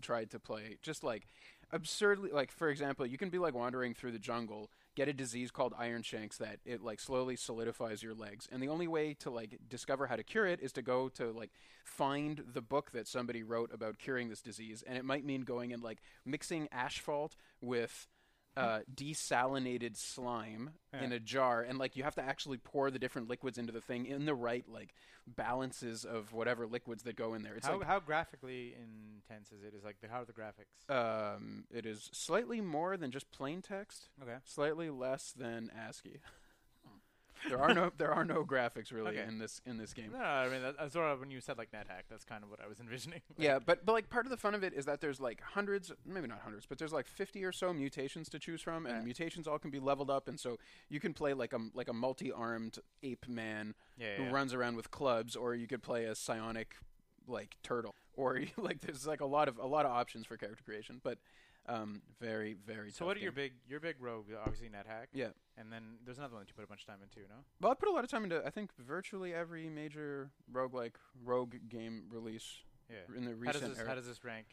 E: tried to play. Just like absurdly like for example, you can be like wandering through the jungle, get a disease called iron shanks that it like slowly solidifies your legs. And the only way to like discover how to cure it is to go to like find the book that somebody wrote about curing this disease. And it might mean going and like mixing asphalt with uh, desalinated slime in
C: Yeah.
E: a jar, and like you have to actually pour the different liquids into the thing in the right like balances of whatever liquids that go in there. It's
C: how
E: like
C: how graphically intense is it? Is like the, how are the graphics?
E: um, it is slightly more than just plain text,
C: okay.
E: slightly less than ASCII. there are no there are no graphics really
C: Okay.
E: in this in this game.
C: No, I mean that, that's sort of when you said like NetHack. That's kind of what I was envisioning. Like,
E: Yeah, but but like part of the fun of it is that there's like hundreds, maybe not hundreds, but there's like 50 or so mutations to choose from, and
C: Yeah.
E: mutations all can be leveled up, and so you can play like a like a multi-armed ape man
C: yeah,
E: who
C: yeah, yeah.
E: runs around with clubs, or you could play a psionic like turtle, or you- like there's like a lot of a lot of options for character creation, but um, very very.
C: So
E: tough
C: what are your
E: game.
C: big your big rogue? Obviously NetHack.
E: Yeah.
C: And then there's another one that you put a bunch of time into. No.
E: Well, I put a lot of time into I think virtually every major roguelike rogue game release
C: Yeah.
E: in the
C: How
E: recent
C: does this
E: era.
C: How does this rank?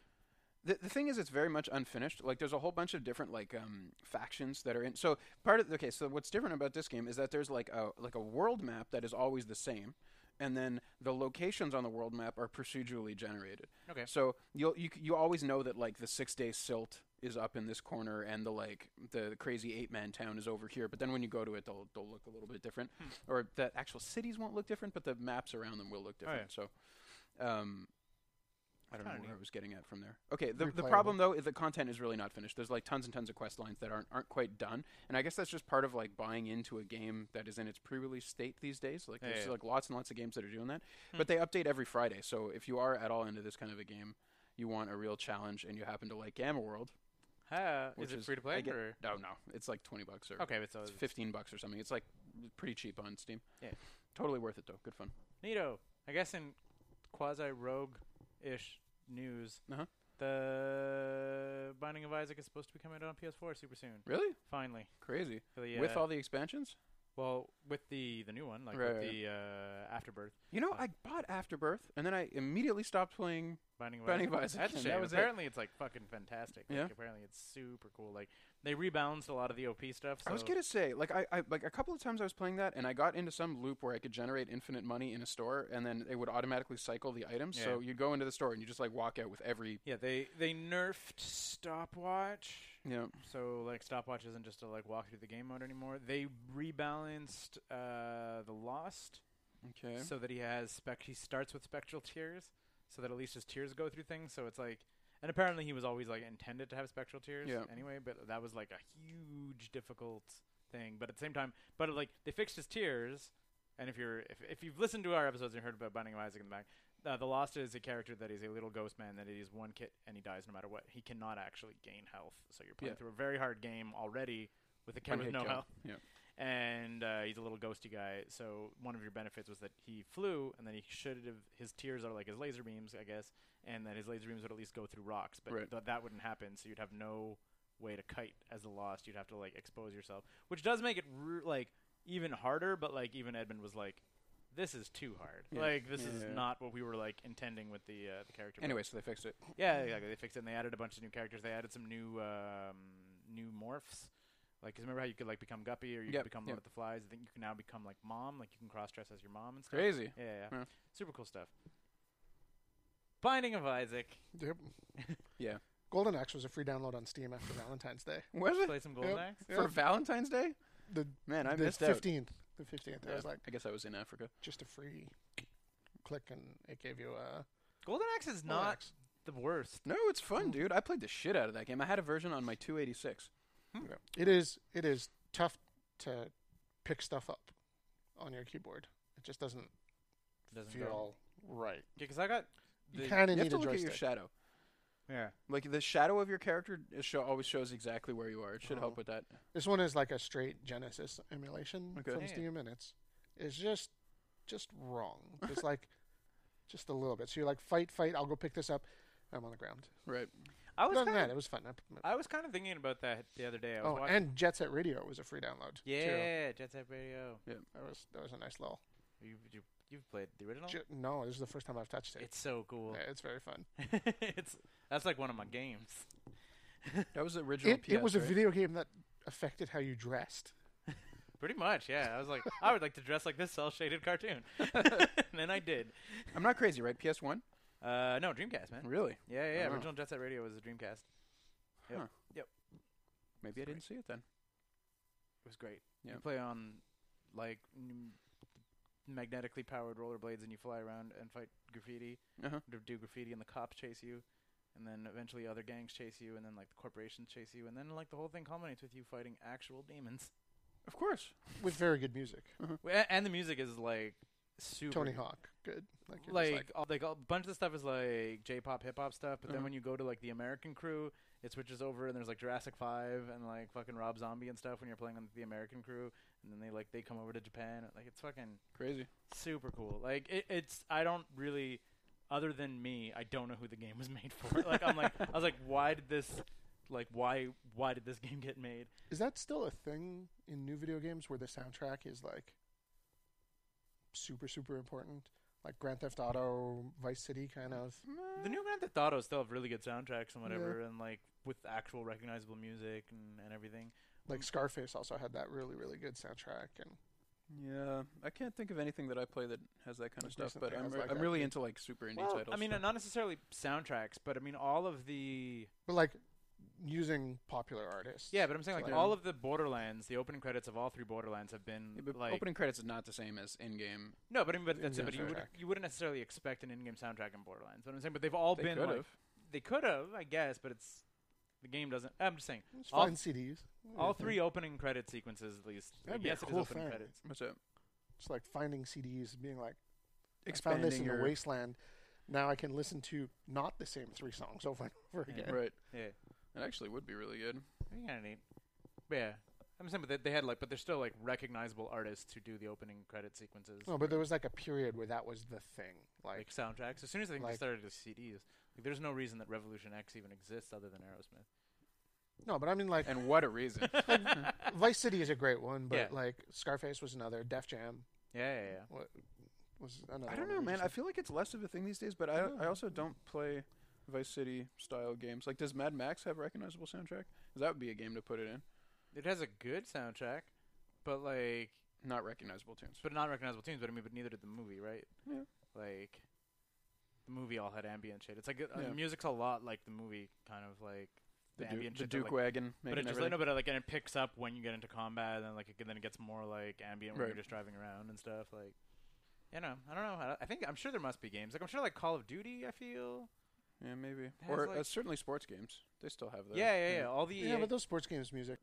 E: The, the thing is, it's very much unfinished. Like, there's a whole bunch of different like um, factions that are in. So part of okay, so what's different about this game is that there's like a like a world map that is always the same, and then the locations on the world map are procedurally generated.
C: Okay.
E: So you'll you c- you always know that like the six day silt is up in this corner, and the like the crazy ape man town is over here. But then when you go to it, they'll they'll look a little bit different,
C: Hmm.
E: or the actual cities won't look different, but the maps around them will look
C: Oh, yeah.
E: different. So. Um, I don't know
C: Kinda
E: where
C: neat.
E: I was getting at from there. Okay, the, the
D: Replayable.
E: problem though is the content is really not finished. There's like tons and tons of quest lines that aren't aren't quite done, and I guess that's just part of like buying into a game that is in its pre-release state these days. Like
C: Yeah,
E: there's
C: yeah.
E: like lots and lots of games that are doing that,
C: Hmm.
E: but they update every Friday. So if you are at all into this kind of a game, you want a real challenge, and you happen to like Gamma World,
C: Uh,
E: which
C: is it free to play
E: I get-
C: or
E: No, no, it's like twenty bucks or
C: okay? But so
E: it's fifteen bucks or something. It's like pretty cheap on Steam.
C: Yeah.
E: totally worth it though. Good fun.
C: Neato. I guess in quasi rogue ish news,
E: Uh-huh.
C: the Binding of Isaac is supposed to be coming out on PS4 super soon.
E: Really
C: Finally,
E: crazy
C: for the,
E: with
C: uh,
E: all the expansions.
C: well, with the the new one, like
E: Right,
C: with
E: right,
C: the uh, Afterbirth
E: You know,
C: Uh,
E: I bought Afterbirth, and then I immediately stopped playing.
C: Binding of
E: Binding
C: Isaac.
E: of Isaac,
C: That's a
E: and
C: shame.
E: that was it.
C: apparently, it's like fucking fantastic. Like,
E: Yeah.
C: Apparently, it's super cool. Like they rebalanced a lot of the OP stuff. So
E: I was gonna say, like, I, I like a couple of times I was playing that, and I got into some loop where I could generate infinite money in a store, and then it would automatically cycle the items. So you'd go into the store and you just like walk out with every,
C: Yeah, they they nerfed stopwatch.
E: you know,
C: So like stopwatch isn't just to like walk through the game mode anymore. They rebalanced uh, the lost
E: okay,
C: so that he has spec. He starts with spectral tears, so that at least his tears go through things. So it's like, and apparently he was always like intended to have spectral tears
E: Yeah.
C: anyway. But that was like a huge difficult thing. But at the same time, but like they fixed his tears. And if you're if, if you've listened to our episodes and heard about Binding of Isaac in the back, uh, the Lost is a character that is a little ghost man that it is one kit and he dies no matter what. He cannot actually gain health. So you're playing
E: Yeah.
C: through a very hard game already with a
E: One
C: character with
E: hit
C: no
E: kill.
C: health
E: Yeah,
C: and uh, he's a little ghosty guy. So one of your benefits was that he flew, and then he should have. His tears are like his laser beams, I guess, and that his laser beams would at least go through rocks. But
E: Right.
C: th- that wouldn't happen, so you'd have no way to kite as a lost. You'd have to like expose yourself, which does make it r- like even harder. But like even Edmund was like, "This is too hard.
E: Yeah.
C: Like this is
E: Yeah.
C: not what we were like intending with the uh, the character." building."
E: Anyway, so they fixed it.
C: Yeah, exactly. They fixed it and they added a bunch of new characters. They added some new um, new morphs. Like, 'cause remember how you could like become Guppy or you
E: Yep,
C: could become
E: yep.
C: Lord of the Flies? I think you can now become like Mom. Like you can cross dress as your mom and stuff.
E: Crazy.
C: Yeah, yeah, yeah.
E: Yeah.
C: Super cool stuff. Binding of Isaac.
D: Yep.
E: Yeah.
D: Golden Axe was a free download on Steam after Valentine's Day.
E: Was it
C: Play some Golden
D: Yep.
C: Axe.
D: Yeah.
E: for Valentine's Day?
D: The,
E: Man, I
D: the
E: missed out.
D: 15th. The 15th. I
E: Yeah,
D: was like,
E: I guess I was in Africa.
D: just a free click, and it gave you a.
C: Golden Axe is not the worst.
E: No, it's fun, dude. I played the shit out of that game. I had a version on my 286.
D: It is. It is tough to pick stuff up on your keyboard. It just doesn't,
C: Doesn't go.
D: feel right.
C: Because I got.
D: You
C: the-
D: kind of
E: You have
D: need
E: to
D: a
E: look at your
D: joystick.
E: shadow.
C: Yeah.
E: Like the shadow of your character is show, always shows exactly where you are. It should
D: Oh.
E: help with that.
D: This one is like a straight Genesis emulation
E: Okay.
D: from
C: Yeah.
D: Steam, and it's it's just just wrong. It's like just a little bit. So you're like fight, fight. I'll go pick this up. I'm on the ground.
E: Right.
C: I
D: Other
C: was
D: than
C: kind
D: that,
C: of,
D: it was fun. I-
C: I was kind of thinking about that the other day. I was
D: oh,
C: watching.
D: and Jet Set Radio was a free download. too.
C: yeah, Jet Set Radio.
D: that was that was a nice little.
C: You, you you've played the original.
D: Ju- no, this is the first time I've touched it.
C: It's so cool.
D: Yeah, it's very fun.
C: it's that's like one of my games.
E: That was the original.
D: It, it
E: PS,
D: was a
E: right?
D: video game that affected how you dressed.
C: Pretty much, yeah. I was like, I would like to dress like this cell shaded cartoon, and I did.
E: I'm not crazy, right? PS One.
C: Uh, no, Dreamcast, man.
E: Really?
C: Yeah, yeah. yeah.
E: Oh.
C: Original Jet Set Radio was a Dreamcast. Yep.
E: Huh.
C: Yep.
E: Maybe
C: Sorry.
E: I didn't see it then.
C: It was great. You
E: Yeah.
C: play on like n- magnetically powered rollerblades, and you fly around and fight graffiti,
E: Uh-huh.
C: d- do graffiti, and the cops chase you, and then eventually other gangs chase you, and then like the corporations chase you, and then like the whole thing culminates with you fighting actual demons.
E: Of course.
D: with very good music.
C: W- a- And the music is like super.
D: Tony Hawk, good. Like, you're
C: like,
D: just
C: like, all, like all- a bunch of the stuff is like J-pop, hip-hop stuff, but then
E: Mhm.
C: when you go to like the American crew, it switches over and there's like Jurassic Five and like fucking Rob Zombie and stuff when you're playing on the American crew, and then they like they come over to Japan, like it's fucking
E: Crazy.
C: super cool. Like it, it's I don't really, other than me, I don't know who the game was made for. like I'm like I was like, why did this, like why why did this game get made?
D: Is that still a thing in new video games where the soundtrack is like super super important? Like Grand Theft Auto, Vice City kind of.
C: The new Grand Theft Auto still have really good soundtracks and whatever, and like with actual recognizable music and, and everything.
D: Like Scarface also had that really really good soundtrack and
E: Yeah, I can't think of anything that I play that has that kind of
D: Like
E: stuff.
D: recently
E: But
D: I
E: I'm,
D: was
E: re-
D: like
E: I'm
D: that
E: really
D: too.
E: into like super indie titles.
C: I mean, uh, not necessarily soundtracks, but I mean all of the
D: but like using popular artists.
C: yeah. But I'm saying
D: So,
C: like
D: like-
C: all of the Borderlands, the opening credits of all three Borderlands have been
E: Yeah, but
C: like
E: opening credits is not the same as in-game.
C: no, but I mean, but that's it.
D: Yeah,
C: But you
D: sure.
C: would you wouldn't necessarily expect an in-game soundtrack in Borderlands. But I'm saying, but they've all
E: They
C: been
E: could've.
C: like they could have, I guess, but it's the game doesn't. I'm just saying
D: It's
C: all-
D: fine CDs.
C: all three opening credit sequences at least.
D: That'd
C: like,
D: be a
C: yes, it
D: cool
C: is opening
D: thing.
C: credits.
E: What's that?
D: It's like finding CDs, and being like,
E: Expanding
D: I found this in
E: your
D: the wasteland. Now I can listen to not the same three songs over and over
C: Yeah.
D: again.
E: right.
C: Yeah,
E: It actually would be really good.
C: That'd be kind of neat. But yeah, I'm saying, but they, they had like, but they're still like recognizable artists who do the opening credit sequences,
D: No, but there was like a period where that was the thing. Like,
C: like soundtracks. As soon as I think they
D: like-
C: started with CDs, like there's no reason that Revolution X even exists other than Aerosmith.
D: no, but I mean like
E: And what a reason!
D: Vice City is a great one, but
C: Yeah.
D: like Scarface was another. Def Jam
C: Yeah, yeah, yeah.
D: was another.
E: I don't
D: one
E: know,
D: we
E: man.
D: just-
E: I feel like it's less of a thing these days. But I, I also don't play Vice City style games. Like, does Mad Max have a recognizable soundtrack? 'Cause that would be a game to put it in.
C: It has a good soundtrack, but like,
E: Not recognizable tunes.
C: but not recognizable tunes. But I mean, but neither did the movie, right?
E: Yeah.
C: Like, the movie all had ambient shit. It's like uh,
E: Yeah.
C: music's a lot like the movie, kind of like
E: The, Duke-
C: ambient
E: the
C: shit. that,
E: Duke
C: like,
E: wagon.
C: but
E: making
C: it just like,
E: everything.
C: no, but uh, like and it picks up when you get into combat, and then like it, then it gets more like ambient when you're
E: Right.
C: just driving around and stuff. Like, you know, I don't know. I, I think I'm sure there must be games. Like I'm sure like Call of Duty. I feel.
E: yeah, maybe.
C: has,
E: Or uh,
C: like-
E: certainly sports games. They still have those.
C: Yeah, yeah, yeah. All the E
D: yeah,
C: EA
D: but those sports games music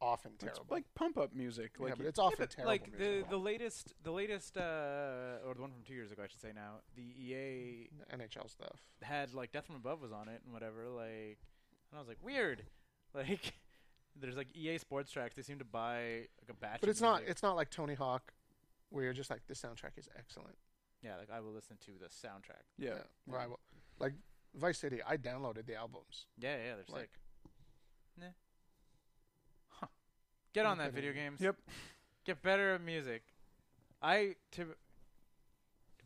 D: often
E: It's
D: terrible.
E: like pump up music.
D: yeah,
E: Like
D: but
E: y-
D: it's often
C: Yeah, but,
D: terrible.
C: Like the
D: music.
C: the latest, the latest, uh, or the one from two years ago, I should say now. The EA
D: The NHL stuff.
C: had like Death from Above was on it and whatever. Like, and I was like, weird. Like, there's like EA sports tracks. They seem to buy like a batch. of
D: But it's not.
C: music.
D: It's not like Tony Hawk, where you're just like the soundtrack is excellent.
C: yeah. Like I will listen to the soundtrack.
E: yeah.
D: Where I will, like Vice City, I downloaded the albums.
C: Yeah, yeah. They're
D: Like-
C: sick. Nah. Huh. Get on
D: Not
C: that
D: good
C: video
D: anymore.
C: games.
E: Yep.
C: Get better at music. I to, to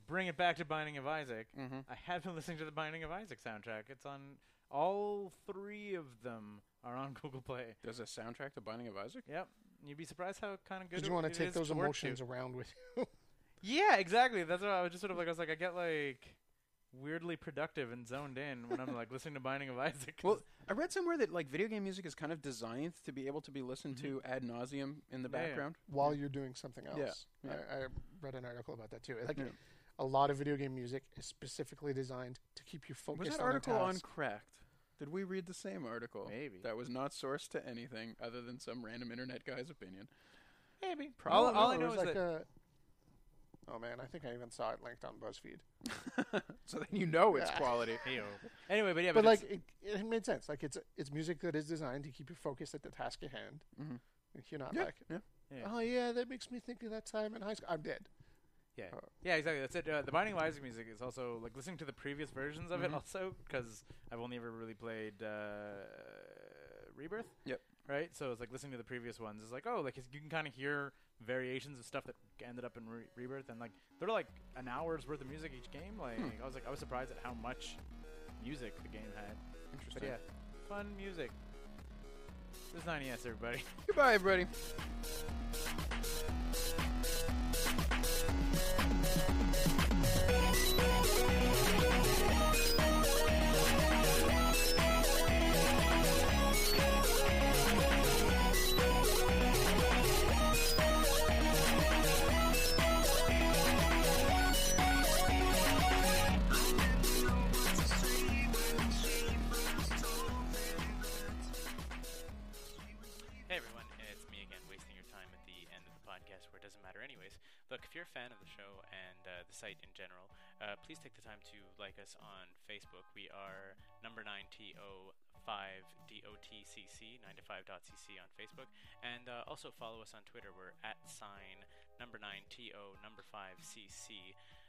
C: bring it back to Binding of Isaac.
E: Mm-hmm.
C: I have been listening to the Binding of Isaac soundtrack. It's on all three of them are on Google Play.
E: There's a soundtrack to Binding of Isaac.
C: Yep. You'd be surprised how kind of good.
D: Did you
C: it-
D: want to
C: it
D: take
C: is
D: those
C: to work
D: emotions
C: to.
D: around with you?
C: Yeah, exactly. That's what I was just sort of like. I was like, I get like weirdly productive and zoned in when I'm like listening to Binding of Isaac.
E: Well, I read somewhere that like video game music is kind of designed to be able to be listened to ad nauseum in the
C: Yeah, yeah.
E: background.
D: while you're doing something
E: Yeah,
D: else.
E: yeah.
D: I, I read an article about that too. Like
E: Yeah.
D: a lot of video game music is specifically designed to keep you focused.
E: Was
D: on
E: that
D: a
E: article on
D: task.
E: Cracked? Did we read the same article?
C: Maybe.
E: That was not sourced to anything other than some random internet guy's opinion.
C: maybe.
E: Probably
C: All, all I
D: it
C: know
D: was
C: is
D: like
C: that
D: a, Oh man, I think I even saw it linked on BuzzFeed.
E: so then you know it's
D: Yeah.
E: quality.
F: Heyo. Anyway, but yeah, but,
D: but like
F: it's-
D: it, it made sense. Like it's it's music that is designed to keep you focused at the task at hand.
E: Mhm.
D: You're not
E: Yeah,
D: like,
E: yeah.
F: Yeah.
D: oh yeah, that makes me think of that time in high school. I'm dead.
F: yeah,
D: uh,
F: yeah, exactly. That's it. Uh, the Binding of Isaac music is also like listening to the previous versions of it
E: Mhm.
F: also because I've only ever really played uh, Rebirth.
E: Yep.
F: Right, so it's like listening to the previous ones is like, oh, like it's- you can kind of hear variations of stuff that ended up in Re- Rebirth, and like they're like an hour's worth of music each game. Like I was like, I was surprised at how much music the game had.
E: Interesting.
F: But yeah, fun music. This is 9ES, everybody.
E: Goodbye, everybody.
C: Hey everyone, it's me again, wasting your time at the end of the podcast where it doesn't matter anyways. Look, if you're a fan of the show and uh, the site in general, uh, please take the time to like us on Facebook. We are number 9TO5DOTCC, 9to5.cc on Facebook. And uh, also follow us on Twitter. We're at sign number 9TO number 5CC